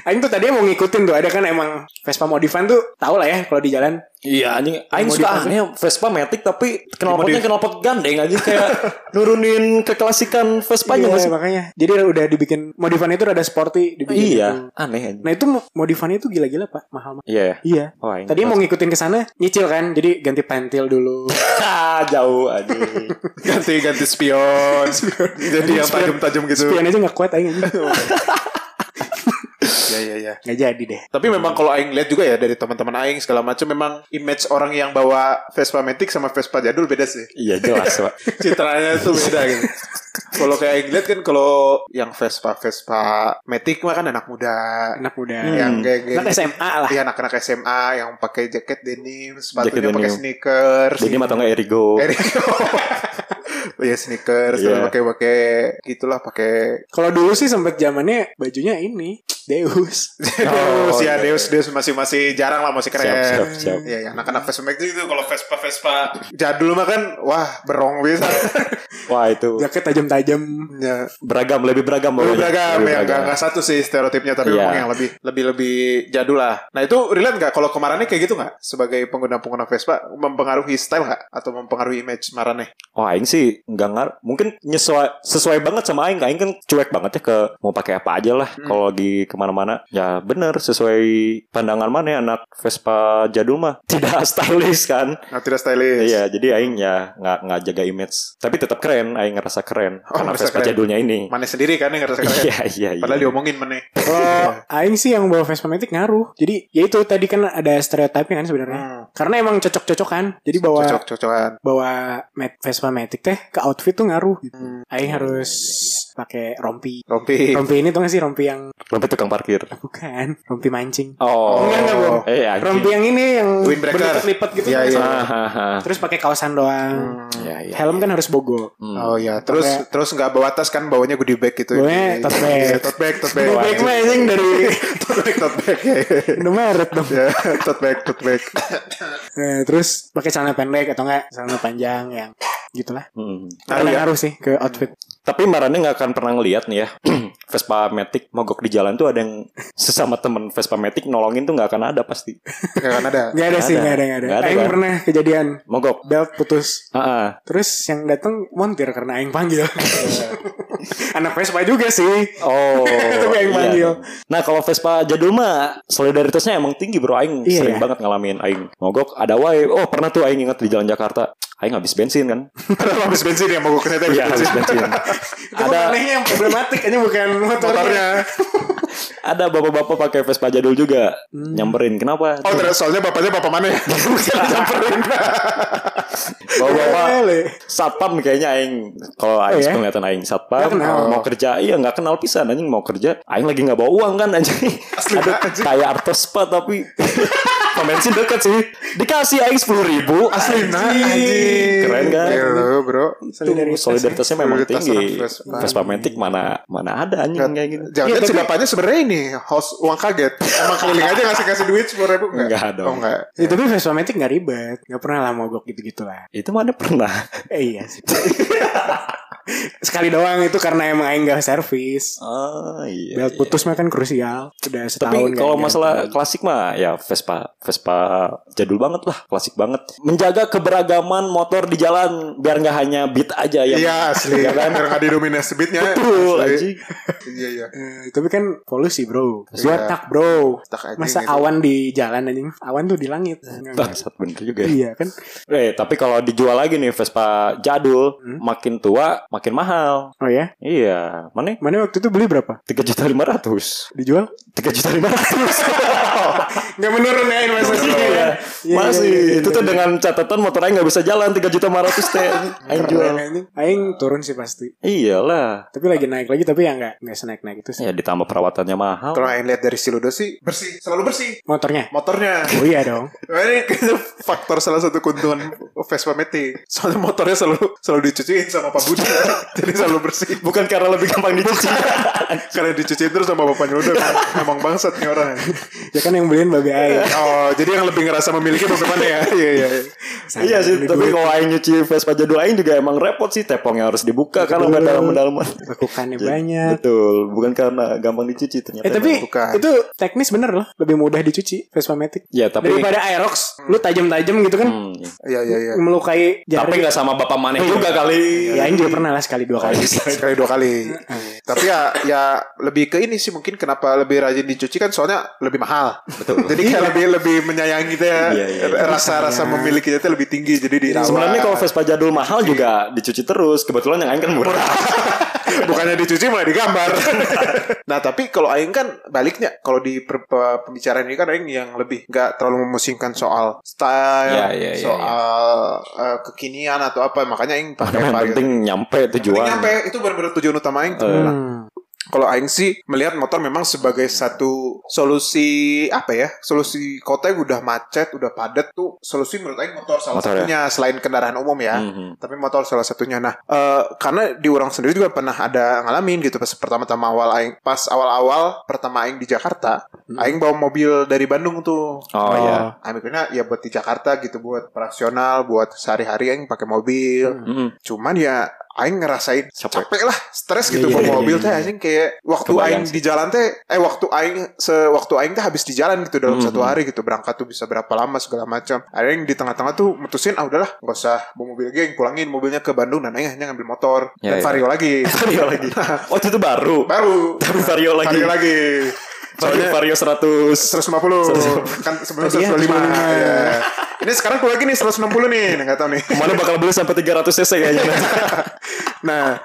[SPEAKER 3] Aing tuh tadi mau ngikutin tuh ada kan emang Vespa modifan tuh tau lah ya kalau di jalan.
[SPEAKER 1] iya anjing aing suka
[SPEAKER 3] Dimodif-
[SPEAKER 1] aneh Vespa Matic tapi knalpotnya knalpot gandeng anjing kayak nurunin keklasikan Vespanya
[SPEAKER 3] Iya,
[SPEAKER 1] masih
[SPEAKER 3] makanya. Jadi udah dibikin modifan itu rada sporty dibikin. gitu.
[SPEAKER 1] iya aneh anjing
[SPEAKER 3] Nah itu mo- modifannya itu gila-gila pak mahal mahal.
[SPEAKER 1] iya ya.
[SPEAKER 3] Iya.
[SPEAKER 1] Oh, aing
[SPEAKER 3] Tadi mau ngikutin ke sana nyicil kan, jadi ganti pentil dulu.
[SPEAKER 4] Iya,
[SPEAKER 1] Ah, jauh anjing
[SPEAKER 4] Ganti-ganti spion. Jadi yang tajam-tajam gitu.
[SPEAKER 3] Spion aja nggak kuat aing. Nggak
[SPEAKER 4] Ya, ya, ya.
[SPEAKER 3] jadi deh.
[SPEAKER 4] Tapi memang kalau Aing lihat juga ya dari teman-teman Aing segala macam memang image orang yang bawa Vespa Matic sama Vespa jadul beda sih.
[SPEAKER 1] iya jelas pak
[SPEAKER 4] Citranya tuh beda gitu. Kalau kayak Aing lihat kan kalau yang Vespa Vespa Matic mah kan anak muda.
[SPEAKER 3] Anak muda.
[SPEAKER 1] Hmm.
[SPEAKER 4] Yang kayak
[SPEAKER 3] Anak SMA lah.
[SPEAKER 4] Iya anak-anak SMA yang pakai jaket denim, sepatunya
[SPEAKER 1] Jaket
[SPEAKER 4] pakai
[SPEAKER 1] denim.
[SPEAKER 4] sneakers.
[SPEAKER 1] jadi atau nggak Erigo
[SPEAKER 4] Eh, Iya sneakers,
[SPEAKER 1] Iya.
[SPEAKER 4] terus pakai-pakai gitulah pakai
[SPEAKER 3] Kalau dulu sih sempet zamannya bajunya ini Deus.
[SPEAKER 4] Deus
[SPEAKER 1] iya,
[SPEAKER 4] ya
[SPEAKER 1] iya.
[SPEAKER 4] Deus Deus masih masih jarang lah masih keren.
[SPEAKER 1] siap siap siap
[SPEAKER 4] Iya, iya, anak-anak Vespa Max itu kalau Vespa Vespa jadul mah kan wah berong bisa.
[SPEAKER 1] wah itu
[SPEAKER 3] Jaket tajam-tajam.
[SPEAKER 4] ya,
[SPEAKER 1] beragam lebih beragam
[SPEAKER 4] lebih
[SPEAKER 1] pokoknya.
[SPEAKER 4] beragam
[SPEAKER 1] Lebih
[SPEAKER 4] ya,
[SPEAKER 1] beragam.
[SPEAKER 4] nggak nggak satu sih stereotipnya tapi
[SPEAKER 1] Iya.
[SPEAKER 4] memang yang lebih lebih lebih jadul lah. Nah itu relate nggak? Kalau kemarannya kayak gitu nggak? Sebagai pengguna-pengguna Vespa mempengaruhi style nggak? Atau mempengaruhi image marane?
[SPEAKER 1] Oh aing sih nggak ngar, mungkin nyesuai sesuai banget sama aing. Aing kan cuek banget ya ke mau pakai apa aja lah.
[SPEAKER 4] Hmm.
[SPEAKER 1] Kalau lagi kemana-mana, ya bener sesuai pandangan mana ya, anak Vespa jadul mah tidak stylish kan.
[SPEAKER 4] Nah, tidak stylish.
[SPEAKER 1] Iya, jadi aing ya nggak nggak jaga image, tapi tetap keren. Aing ngerasa keren
[SPEAKER 4] Oh,
[SPEAKER 1] karena
[SPEAKER 4] ngerasa
[SPEAKER 1] Vespa
[SPEAKER 4] keren.
[SPEAKER 1] jadulnya ini.
[SPEAKER 4] Mane sendiri kan yang ngerasa keren.
[SPEAKER 1] Iya iya iya.
[SPEAKER 4] Padahal diomongin Mane.
[SPEAKER 3] Kalau Aing sih yang bawa Vespa Matic ngaruh. Jadi ya itu tadi kan ada stereotipnya kan sebenarnya.
[SPEAKER 4] Hmm.
[SPEAKER 3] Karena emang cocok-cocokan. Jadi bawa
[SPEAKER 4] Cocok-cocokan.
[SPEAKER 3] bawa Mat- Vespa Matic teh ke outfit tuh ngaruh. gitu. Aing harus pakai rompi.
[SPEAKER 4] Rompi.
[SPEAKER 3] Rompi ini tuh gak sih rompi yang
[SPEAKER 1] Rompi tukang parkir.
[SPEAKER 3] bukan rompi mancing.
[SPEAKER 1] Oh.
[SPEAKER 3] Enggak, enggak, Bro.
[SPEAKER 1] Eh anjing.
[SPEAKER 3] Rompi yang ini yang
[SPEAKER 4] Windbreaker.
[SPEAKER 3] berlipat-lipat gitu.
[SPEAKER 4] Iya, iya.
[SPEAKER 1] Ah, ah, ah.
[SPEAKER 3] Terus pakai kaosan doang.
[SPEAKER 1] Iya iya.
[SPEAKER 3] Helm kan harus bogo.
[SPEAKER 1] Hmm.
[SPEAKER 4] Oh iya, terus
[SPEAKER 3] Pakai-
[SPEAKER 4] terus nggak bawa tas kan bawanya goodie bag gitu.
[SPEAKER 3] Bawanya
[SPEAKER 4] Iya,
[SPEAKER 3] tote bag.
[SPEAKER 4] iya, tote bag, tote bag. iya.
[SPEAKER 3] Tote bag mah anjing dari-
[SPEAKER 4] tote bag, tote bag. iya, iya.
[SPEAKER 3] Indomaret dong.
[SPEAKER 4] Ya, tote bag, tote bag.
[SPEAKER 3] Eh, terus pakai celana pendek atau enggak celana panjang yang gitulah.
[SPEAKER 1] Hmm.
[SPEAKER 4] Ngaruh
[SPEAKER 3] Karena
[SPEAKER 4] ya?
[SPEAKER 3] ngaruh sih ke outfit.
[SPEAKER 1] Tapi Marane nggak akan pernah ngeliat nih ya Vespa Matic mogok di jalan tuh ada yang Sesama temen Vespa Matic nolongin tuh nggak akan ada pasti
[SPEAKER 4] Nggak kan ada.
[SPEAKER 3] Gak ada
[SPEAKER 1] Nggak
[SPEAKER 3] sih,
[SPEAKER 1] ada.
[SPEAKER 3] gak ada, gak ada.
[SPEAKER 1] Nggak ada,
[SPEAKER 3] Aing
[SPEAKER 1] kan?
[SPEAKER 3] pernah kejadian
[SPEAKER 1] Mogok
[SPEAKER 3] belt putus.
[SPEAKER 1] Ah, ah.
[SPEAKER 3] Terus yang datang montir karena aing panggil. Anak Vespa juga sih.
[SPEAKER 1] Oh
[SPEAKER 3] Tapi yang
[SPEAKER 1] iya.
[SPEAKER 3] manggil.
[SPEAKER 1] Nah kalau Vespa jadul mah Solidaritasnya emang tinggi bro Aing
[SPEAKER 3] Iya,
[SPEAKER 1] sering
[SPEAKER 3] ya.
[SPEAKER 1] banget ngalamin Aing Mogok ada wae Oh pernah tuh Aing inget di jalan Jakarta Aing habis bensin kan
[SPEAKER 4] Padahal habis bensin ya mau gue kesana habis
[SPEAKER 1] Iya habis
[SPEAKER 4] bensin.
[SPEAKER 1] bensin
[SPEAKER 3] Ada
[SPEAKER 1] Ada
[SPEAKER 3] anehnya yang problematik ini bukan motornya.
[SPEAKER 4] Motornya.
[SPEAKER 1] ada bapak-bapak pakai Vespa jadul juga Nyamperin kenapa
[SPEAKER 4] Hmm. Oh, terus soalnya bapaknya bapak mana? Nyamperin.
[SPEAKER 1] Bapak-bapak
[SPEAKER 3] Lele.
[SPEAKER 1] Satpam kayaknya aing. Kalau aing
[SPEAKER 3] Oh, ya?
[SPEAKER 1] penglihatan aing satpam
[SPEAKER 3] Nggak kenal.
[SPEAKER 1] mau kerja, iya nggak kenal pisan anjing mau kerja. Aing lagi nggak bawa uang kan anjing. Ada kayak artos spa tapi pom bensin dekat sih. Dikasih aing 10.000 ribu. Asli
[SPEAKER 4] nah, Anjing.
[SPEAKER 1] Keren kan?
[SPEAKER 4] Iya, lo, bro.
[SPEAKER 1] Solidaritas solidaritasnya memang
[SPEAKER 4] Solidaritas
[SPEAKER 1] tinggi.
[SPEAKER 4] orang Vespa.
[SPEAKER 1] Vespa Matic mana mana ada anjing kayak gitu.
[SPEAKER 4] Jangan
[SPEAKER 3] Iya,
[SPEAKER 4] lihat si
[SPEAKER 3] tapi-
[SPEAKER 4] bapaknya sebenarnya ini host uang kaget. Emang keliling aja ngasih kasih duit sepuluh ribu nggak?
[SPEAKER 1] Nggak dong.
[SPEAKER 4] Oh nggak.
[SPEAKER 3] Ya, tapi Vespa Matic gak ribet. Gak pernah lah mogok gitu-gitu lah.
[SPEAKER 1] Itu mana pernah.
[SPEAKER 3] Eh, iya sih. Sekali doang itu karena emang Aing gak servis.
[SPEAKER 1] Ah iya.
[SPEAKER 3] Belt putus mah kan krusial. Udah setahun. kan
[SPEAKER 1] Tapi
[SPEAKER 3] nggak ya,
[SPEAKER 1] kalau
[SPEAKER 3] diganti.
[SPEAKER 1] masalah klasik mah ya Vespa Vespa jadul banget lah, klasik banget. Menjaga keberagaman motor di jalan biar nggak hanya beat aja yang
[SPEAKER 4] Iya asli. Karena nggak didominasi beatnya.
[SPEAKER 1] Betul,
[SPEAKER 4] asli.
[SPEAKER 1] anjing.
[SPEAKER 4] Iya iya.
[SPEAKER 3] Eh, tapi kan polusi bro.
[SPEAKER 4] Iya.
[SPEAKER 3] Botak bro.
[SPEAKER 4] Botak anjing
[SPEAKER 1] gitu.
[SPEAKER 3] Masa
[SPEAKER 4] itu.
[SPEAKER 3] awan di jalan anjing? Awan tuh di langit. Nggak-
[SPEAKER 1] Bangsat bener juga ya.
[SPEAKER 3] Iya kan. Hmm?
[SPEAKER 1] Eh, tapi kalau dijual lagi nih Vespa jadul, makin tua makin mahal.
[SPEAKER 3] Oh ya?
[SPEAKER 1] Iya, mana?
[SPEAKER 3] Mana waktu itu beli berapa?
[SPEAKER 1] Tiga juta lima ratus,
[SPEAKER 3] Dijual?
[SPEAKER 1] tiga juta lima ratus.
[SPEAKER 3] Nggak menurun ya investasinya ya. Iya,
[SPEAKER 1] Masih,
[SPEAKER 3] iya, iya,
[SPEAKER 1] itu
[SPEAKER 3] iya,
[SPEAKER 1] tuh
[SPEAKER 3] iya.
[SPEAKER 1] dengan catatan motor Aing nggak bisa jalan tiga juta lima ratus teh. Aing
[SPEAKER 3] Keren,
[SPEAKER 1] jual.
[SPEAKER 3] anjing. iya. Aing turun sih pasti.
[SPEAKER 1] Iyalah,
[SPEAKER 3] Tapi lagi naik lagi tapi ya nggak nggak senaik naik itu sih.
[SPEAKER 1] ya ditambah perawatannya mahal.
[SPEAKER 4] Kalau yang lihat dari Siludo sih bersih, selalu bersih
[SPEAKER 3] Motornya?
[SPEAKER 4] motornya. Nah,
[SPEAKER 3] Oh iya dong.
[SPEAKER 4] Ini faktor salah satu keuntungan Vespa Matic. Soalnya motornya selalu selalu dicuciin sama Pak Budi. Jadi selalu bersih.
[SPEAKER 1] Bukan karena lebih gampang dicuci.
[SPEAKER 4] Karena dicuciin terus sama bapaknya udah emang bangsat nih orang.
[SPEAKER 3] Ya kan yang beliin bagai Aing.
[SPEAKER 4] Oh, jadi yang lebih ngerasa memiliki bagaimana ya? Iya, iya. iya.
[SPEAKER 1] iya sih, tapi kalau Aing nyuci Vespa jadul Aing juga emang repot sih. Tepongnya harus dibuka karena nggak dalam-dalaman.
[SPEAKER 3] Bekukannya banyak.
[SPEAKER 1] Betul, bukan karena gampang dicuci ternyata.
[SPEAKER 3] Eh tapi
[SPEAKER 1] emang.
[SPEAKER 4] bukan.
[SPEAKER 3] itu teknis bener loh Lebih mudah dicuci Vespa Matic
[SPEAKER 1] ya tapi
[SPEAKER 3] Daripada Aerox Lu tajam-tajam gitu kan
[SPEAKER 1] Hmm, iya.
[SPEAKER 4] Iya, iya, iya.
[SPEAKER 3] Melukai
[SPEAKER 1] tapi
[SPEAKER 3] jari
[SPEAKER 1] nggak sama bapak maneh juga kali.
[SPEAKER 3] Ya ini juga pernah lah sekali dua kali
[SPEAKER 4] sekali dua kali. Tapi ya ya lebih ke ini sih mungkin kenapa lebih rajin dicuci kan soalnya lebih mahal. Betul. Jadi kayak lebih lebih menyayangi teh
[SPEAKER 1] Iya, iya, iya.
[SPEAKER 4] rasa-rasa memilikinya teh lebih tinggi jadi dirawat.
[SPEAKER 1] Sebenarnya kalau Vespa jadul mahal juga dicuci terus. Kebetulan yang Aing kan murah.
[SPEAKER 4] bukannya dicuci malah digambar. nah, tapi kalau aing kan baliknya kalau di per- pe- pembicaraan ini kan aing yang lebih nggak terlalu memusingkan soal
[SPEAKER 1] Ya,
[SPEAKER 4] style,
[SPEAKER 1] ya, ya,
[SPEAKER 4] soal eh, kekinian atau apa. Makanya aing pakai
[SPEAKER 1] Yang
[SPEAKER 4] apa gitu.
[SPEAKER 1] penting nyampe tujuan. Eh.
[SPEAKER 4] Penting nyampe itu benar-benar tujuan utama aing. Nah,
[SPEAKER 3] Hmm.
[SPEAKER 4] kalau aing sih melihat motor memang sebagai satu solusi apa ya? Solusi kota yang udah macet, udah padat tuh solusi menurut aing motor salah
[SPEAKER 1] Motor ya?
[SPEAKER 4] satunya selain kendaraan umum ya.
[SPEAKER 1] Mhm.
[SPEAKER 4] Tapi motor salah satunya. Nah, eh, karena di orang sendiri juga pernah ada ngalamin gitu pas pertama-tama awal aing pas awal-awal pertama aing di Jakarta,
[SPEAKER 1] Hmm.
[SPEAKER 4] aing bawa mobil dari Bandung tuh.
[SPEAKER 1] Oh, iya.
[SPEAKER 4] Aing mikirnya ya buat di Jakarta gitu buat operasional, buat sehari-hari aing pakai mobil.
[SPEAKER 1] Mhm.
[SPEAKER 4] Cuman ya aing ngerasain
[SPEAKER 1] Capek.
[SPEAKER 4] capek, lah, stres gitu
[SPEAKER 3] Iya,
[SPEAKER 4] bawa
[SPEAKER 3] iya,
[SPEAKER 4] mobil
[SPEAKER 3] iya,
[SPEAKER 4] teh
[SPEAKER 3] iya.
[SPEAKER 4] anjing kayak waktu
[SPEAKER 1] Kebayang
[SPEAKER 4] aing
[SPEAKER 1] sih.
[SPEAKER 4] di jalan teh eh waktu aing sewaktu aing teh habis di jalan gitu dalam
[SPEAKER 1] Mhm.
[SPEAKER 4] satu hari gitu berangkat tuh bisa berapa lama segala macam. Aing di tengah-tengah tuh mutusin ah udahlah nggak usah bawa mobil lagi aing pulangin mobilnya ke Bandung dan aing hanya ngambil motor
[SPEAKER 1] Ya,
[SPEAKER 4] dan
[SPEAKER 1] ya.
[SPEAKER 4] vario lagi.
[SPEAKER 1] Vario lagi. Waktu itu baru.
[SPEAKER 4] Baru
[SPEAKER 1] Tapi vario lagi.
[SPEAKER 4] vario lagi.
[SPEAKER 1] Soalnya
[SPEAKER 4] Soalnya
[SPEAKER 1] vario 100.
[SPEAKER 4] 150 kan sebelum
[SPEAKER 3] Tadi ya,
[SPEAKER 4] 125
[SPEAKER 1] Iya.
[SPEAKER 3] 125.
[SPEAKER 4] ya. Ini sekarang keluar lagi nih 160 nih nggak tahu nih
[SPEAKER 1] Mana bakal beli sampai 300 cc kayaknya.
[SPEAKER 4] Nah,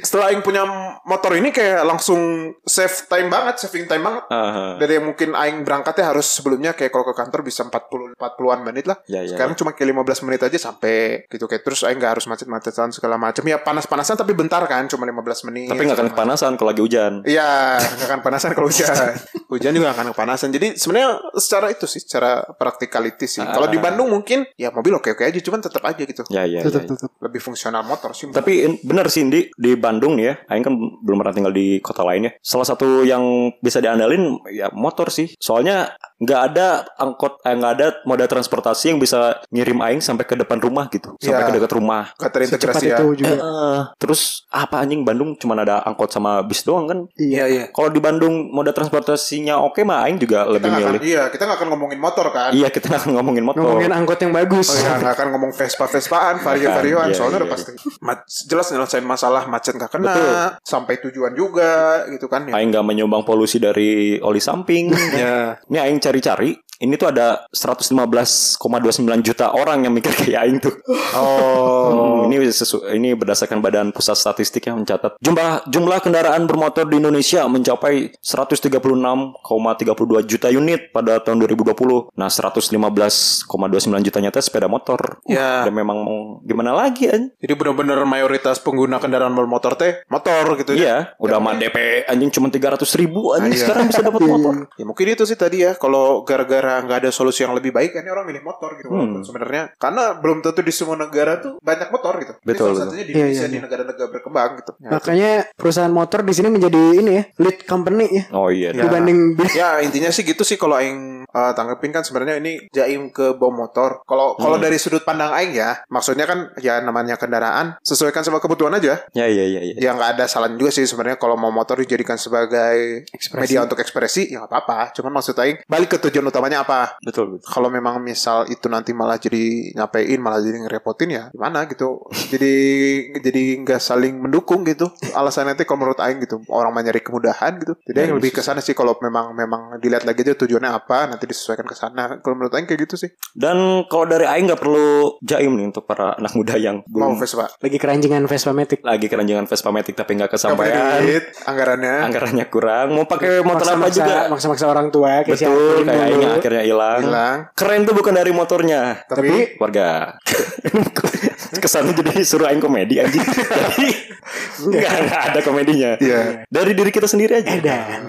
[SPEAKER 4] setelah Aing punya motor ini kayak langsung save time banget, saving time banget.
[SPEAKER 1] Aha.
[SPEAKER 4] Dari yang mungkin Aing berangkatnya harus sebelumnya kayak kalau ke kantor bisa 40 40-an menit lah.
[SPEAKER 1] Ya, ya,
[SPEAKER 4] Sekarang cuma kayak 15 menit aja sampai gitu kayak terus Aing nggak harus macet-macetan segala macam. Ya panas-panasan tapi bentar kan, cuma 15 menit.
[SPEAKER 1] Tapi nggak akan
[SPEAKER 4] segala macam.
[SPEAKER 1] kepanasan kalau lagi hujan.
[SPEAKER 4] Iya, nggak akan panasan kalau hujan. hujan juga nggak akan kepanasan. Jadi sebenarnya secara itu sih, secara practicality sih. Kalau di Bandung mungkin ya mobil oke-oke aja, cuman tetap aja gitu.
[SPEAKER 1] Ya, ya, ya,
[SPEAKER 3] Tutup
[SPEAKER 1] ya.
[SPEAKER 3] tutup
[SPEAKER 4] Lebih fungsional motor sih.
[SPEAKER 1] Tapi in- bener sih Indi, di Bandung nih ya, Aing kan belum pernah tinggal di kota lain ya. Salah satu yang bisa diandalin ya motor sih. Soalnya nggak ada angkot, eh, nggak ada moda transportasi yang bisa ngirim Aing sampai ke depan rumah gitu, sampai
[SPEAKER 4] Ya.
[SPEAKER 1] ke dekat rumah.
[SPEAKER 4] Nggak terintegrasi
[SPEAKER 3] Secepat
[SPEAKER 4] ya.
[SPEAKER 3] itu juga
[SPEAKER 1] Eh, terus apa anjing Bandung cuma ada angkot sama bis doang kan?
[SPEAKER 4] Iya, iya.
[SPEAKER 1] Kalau di Bandung moda transportasinya oke mah Aing juga
[SPEAKER 4] Kita
[SPEAKER 1] lebih
[SPEAKER 4] nggak akan,
[SPEAKER 1] milih.
[SPEAKER 4] iya, kita nggak akan ngomongin motor kan.
[SPEAKER 1] Iya kita nggak akan ngomongin motor.
[SPEAKER 3] Ngomongin angkot yang bagus
[SPEAKER 4] Oh, iya, nggak akan ngomong Vespa-Vespaan, vario-varioan,
[SPEAKER 1] Iya,
[SPEAKER 4] soalnya
[SPEAKER 1] iya,
[SPEAKER 4] udah
[SPEAKER 1] iya.
[SPEAKER 4] pasti. Ma- jelas nyelesain masalah macet nggak kena,
[SPEAKER 1] Betul. Iya.
[SPEAKER 4] sampai tujuan juga, gitu kan. Ya.
[SPEAKER 1] Aing nggak menyumbang polusi dari oli samping.
[SPEAKER 4] Ya.
[SPEAKER 1] Ini Aing cari-cari, ini tuh ada 115,29 juta orang yang mikir kayak Aing tuh.
[SPEAKER 4] Oh,
[SPEAKER 1] Hmm, ini sesu- ini berdasarkan Badan Pusat Statistik yang mencatat jumlah jumlah kendaraan bermotor di Indonesia mencapai 136,32 juta unit pada tahun 2020. Nah, 115,29 jutanya teh sepeda motor.
[SPEAKER 4] Ya.
[SPEAKER 1] Dan memang mau gimana lagi anjing?
[SPEAKER 4] jadi benar-benar mayoritas pengguna kendaraan bermotor teh motor gitu ya.
[SPEAKER 1] Iya, udah mah DP anjing cuma 300 ribu anjing
[SPEAKER 4] Iya.
[SPEAKER 1] sekarang bisa dapat motor.
[SPEAKER 4] Ya mungkin itu sih tadi ya kalau gara-gara nggak ada solusi yang lebih baik kan orang milih motor gitu
[SPEAKER 1] Hmm.
[SPEAKER 4] walaupun sebenarnya karena belum tentu di semua negara tuh banyak motor gitu. Jadi
[SPEAKER 1] Betul,
[SPEAKER 4] salah
[SPEAKER 1] betul.
[SPEAKER 4] satunya di
[SPEAKER 3] Iya,
[SPEAKER 4] Indonesia
[SPEAKER 3] iya, Nah,
[SPEAKER 4] di negara-negara berkembang gitu. Ya,
[SPEAKER 3] Makanya perusahaan motor di sini menjadi ini ya lead company ya
[SPEAKER 1] Oh iya.
[SPEAKER 4] Ya.
[SPEAKER 3] dibanding bis.
[SPEAKER 4] ya intinya sih gitu sih kalau aing eh, tanggepin kan sebenarnya ini jaim ke bom motor. Kalau kalau dari sudut pandang aing ya, maksudnya kan ya namanya kendaraan sesuaikan sama kebutuhan aja.
[SPEAKER 1] Ya ya ya ya.
[SPEAKER 4] Ya nggak ada salahnya juga sih sebenarnya kalau mau motor dijadikan sebagai
[SPEAKER 3] Ekspresi.
[SPEAKER 4] media untuk ekspresi ya nggak apa-apa. Cuman maksud aing balik ke tujuan utamanya maunya apa.
[SPEAKER 1] Betul, betul.
[SPEAKER 4] Kalau memang misal itu nanti malah jadi nyapein, malah jadi ngerepotin ya gimana gitu. Jadi jadi nggak saling mendukung gitu. Alasan nanti kalau menurut Aing gitu, orang mah nyari kemudahan gitu. Jadi yang lebih ke sana sih kalau memang memang dilihat lagi aja tujuannya apa, nanti disesuaikan ke sana. Kalau menurut Aing kayak gitu sih.
[SPEAKER 1] Dan kalau dari Aing nggak perlu jaim nih untuk para anak muda yang
[SPEAKER 4] Mau
[SPEAKER 1] belum
[SPEAKER 4] Vespa.
[SPEAKER 3] Lagi keranjingan Vespa Matic.
[SPEAKER 1] lagi keranjangan Vespa Matic tapi nggak
[SPEAKER 4] Nggak punya
[SPEAKER 1] kesampaian.
[SPEAKER 4] duit, ya. anggarannya.
[SPEAKER 1] Anggarannya kurang. Mau pakai motor apa
[SPEAKER 3] Maksa-maksa-
[SPEAKER 1] juga?
[SPEAKER 3] Maksa-maksa orang tua kayak si
[SPEAKER 1] Betul,
[SPEAKER 3] Alvin
[SPEAKER 1] kayak
[SPEAKER 3] dulu.
[SPEAKER 1] Aing akhirnya hilang.
[SPEAKER 4] Hilang.
[SPEAKER 1] Keren tuh bukan dari motornya.
[SPEAKER 4] Tapi,
[SPEAKER 1] warga kesannya jadi suruh aing komedi aja tapi nggak nggak ada komedinya
[SPEAKER 4] Iya.
[SPEAKER 1] dari diri kita sendiri aja
[SPEAKER 3] Dan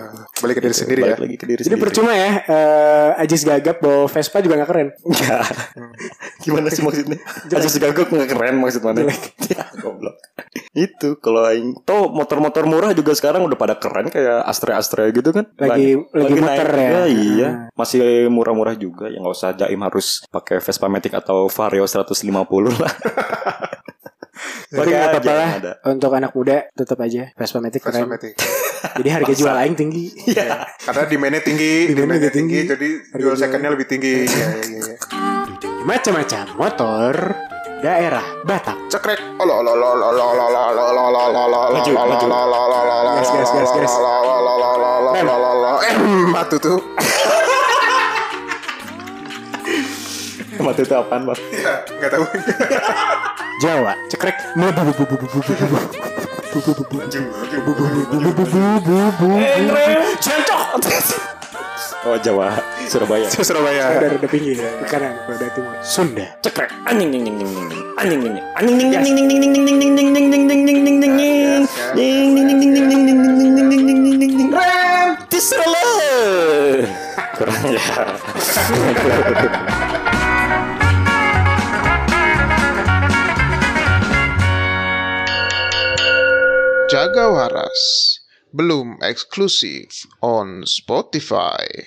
[SPEAKER 4] balik ke diri sendiri ya.
[SPEAKER 1] Balik lagi ke diri
[SPEAKER 3] Jadi
[SPEAKER 1] sendiri
[SPEAKER 3] percuma ya eh, Ajis gagap bawa Vespa juga gak keren
[SPEAKER 1] Nggak.
[SPEAKER 3] Hmm.
[SPEAKER 1] gimana sih maksudnya aja segagok nggak keren maksud mana Ya, goblok itu kalau aing tuh motor-motor murah juga sekarang udah pada keren kayak Astra Astra gitu kan
[SPEAKER 3] Lagi-
[SPEAKER 1] Banyak.
[SPEAKER 3] lagi
[SPEAKER 1] naik
[SPEAKER 3] muter ya.
[SPEAKER 1] juga, iya masih murah-murah juga yang nggak usah jaim harus pakai Vespa Matic atau Vario 150 lah
[SPEAKER 3] Tapi
[SPEAKER 1] Pakai
[SPEAKER 3] gak
[SPEAKER 1] aja
[SPEAKER 3] apa-apa
[SPEAKER 1] yang
[SPEAKER 3] lah
[SPEAKER 1] ada.
[SPEAKER 3] Untuk anak muda tetap aja Vespa Matic
[SPEAKER 4] Vespa
[SPEAKER 3] keren
[SPEAKER 4] Matic.
[SPEAKER 3] Jadi harga jual aing tinggi
[SPEAKER 1] Iya.
[SPEAKER 4] Karena demandnya tinggi,
[SPEAKER 3] Demandnya
[SPEAKER 4] demandnya tinggi,
[SPEAKER 3] tinggi.
[SPEAKER 4] jadi jual secondnya lebih tinggi. Iya, iya, iya.
[SPEAKER 3] Macam-macam motor Daerah Batak
[SPEAKER 4] Cekrek. Olo, olo, olo, olo, olo, olo, olo, olo, olo, olo, olo, olo,
[SPEAKER 1] Maju,
[SPEAKER 4] olo,
[SPEAKER 1] maju.
[SPEAKER 4] olo, olo, olo, olo,
[SPEAKER 3] Gas, gas, gas, gas.
[SPEAKER 4] olo, olo, olo, olo, olo, olo,
[SPEAKER 3] Rem.
[SPEAKER 4] olo, olo. Em, matu Eh, tuh.
[SPEAKER 1] Mati itu apaan bang?
[SPEAKER 4] Iya, Nggak tahu.
[SPEAKER 3] Jawa Cekrek
[SPEAKER 1] Centok Oh Jawa Surabaya
[SPEAKER 4] Itu Surabaya.
[SPEAKER 3] Dari udah pinggir Ke kanan Ke dari timur Sunda
[SPEAKER 1] Cekrek Anjing anjing anjing anjing Anjing anjing Anjing anjing anjing anjing anjing anjing anjing anjing anjing anjing anjing anjing Ding, ding, ding, ding, ding, ding, ding, ding, ding, ding, ding, ding, ding, ding. Rem Tisrele Kurang ya
[SPEAKER 4] Jaga waras. Belum eksklusif on Spotify.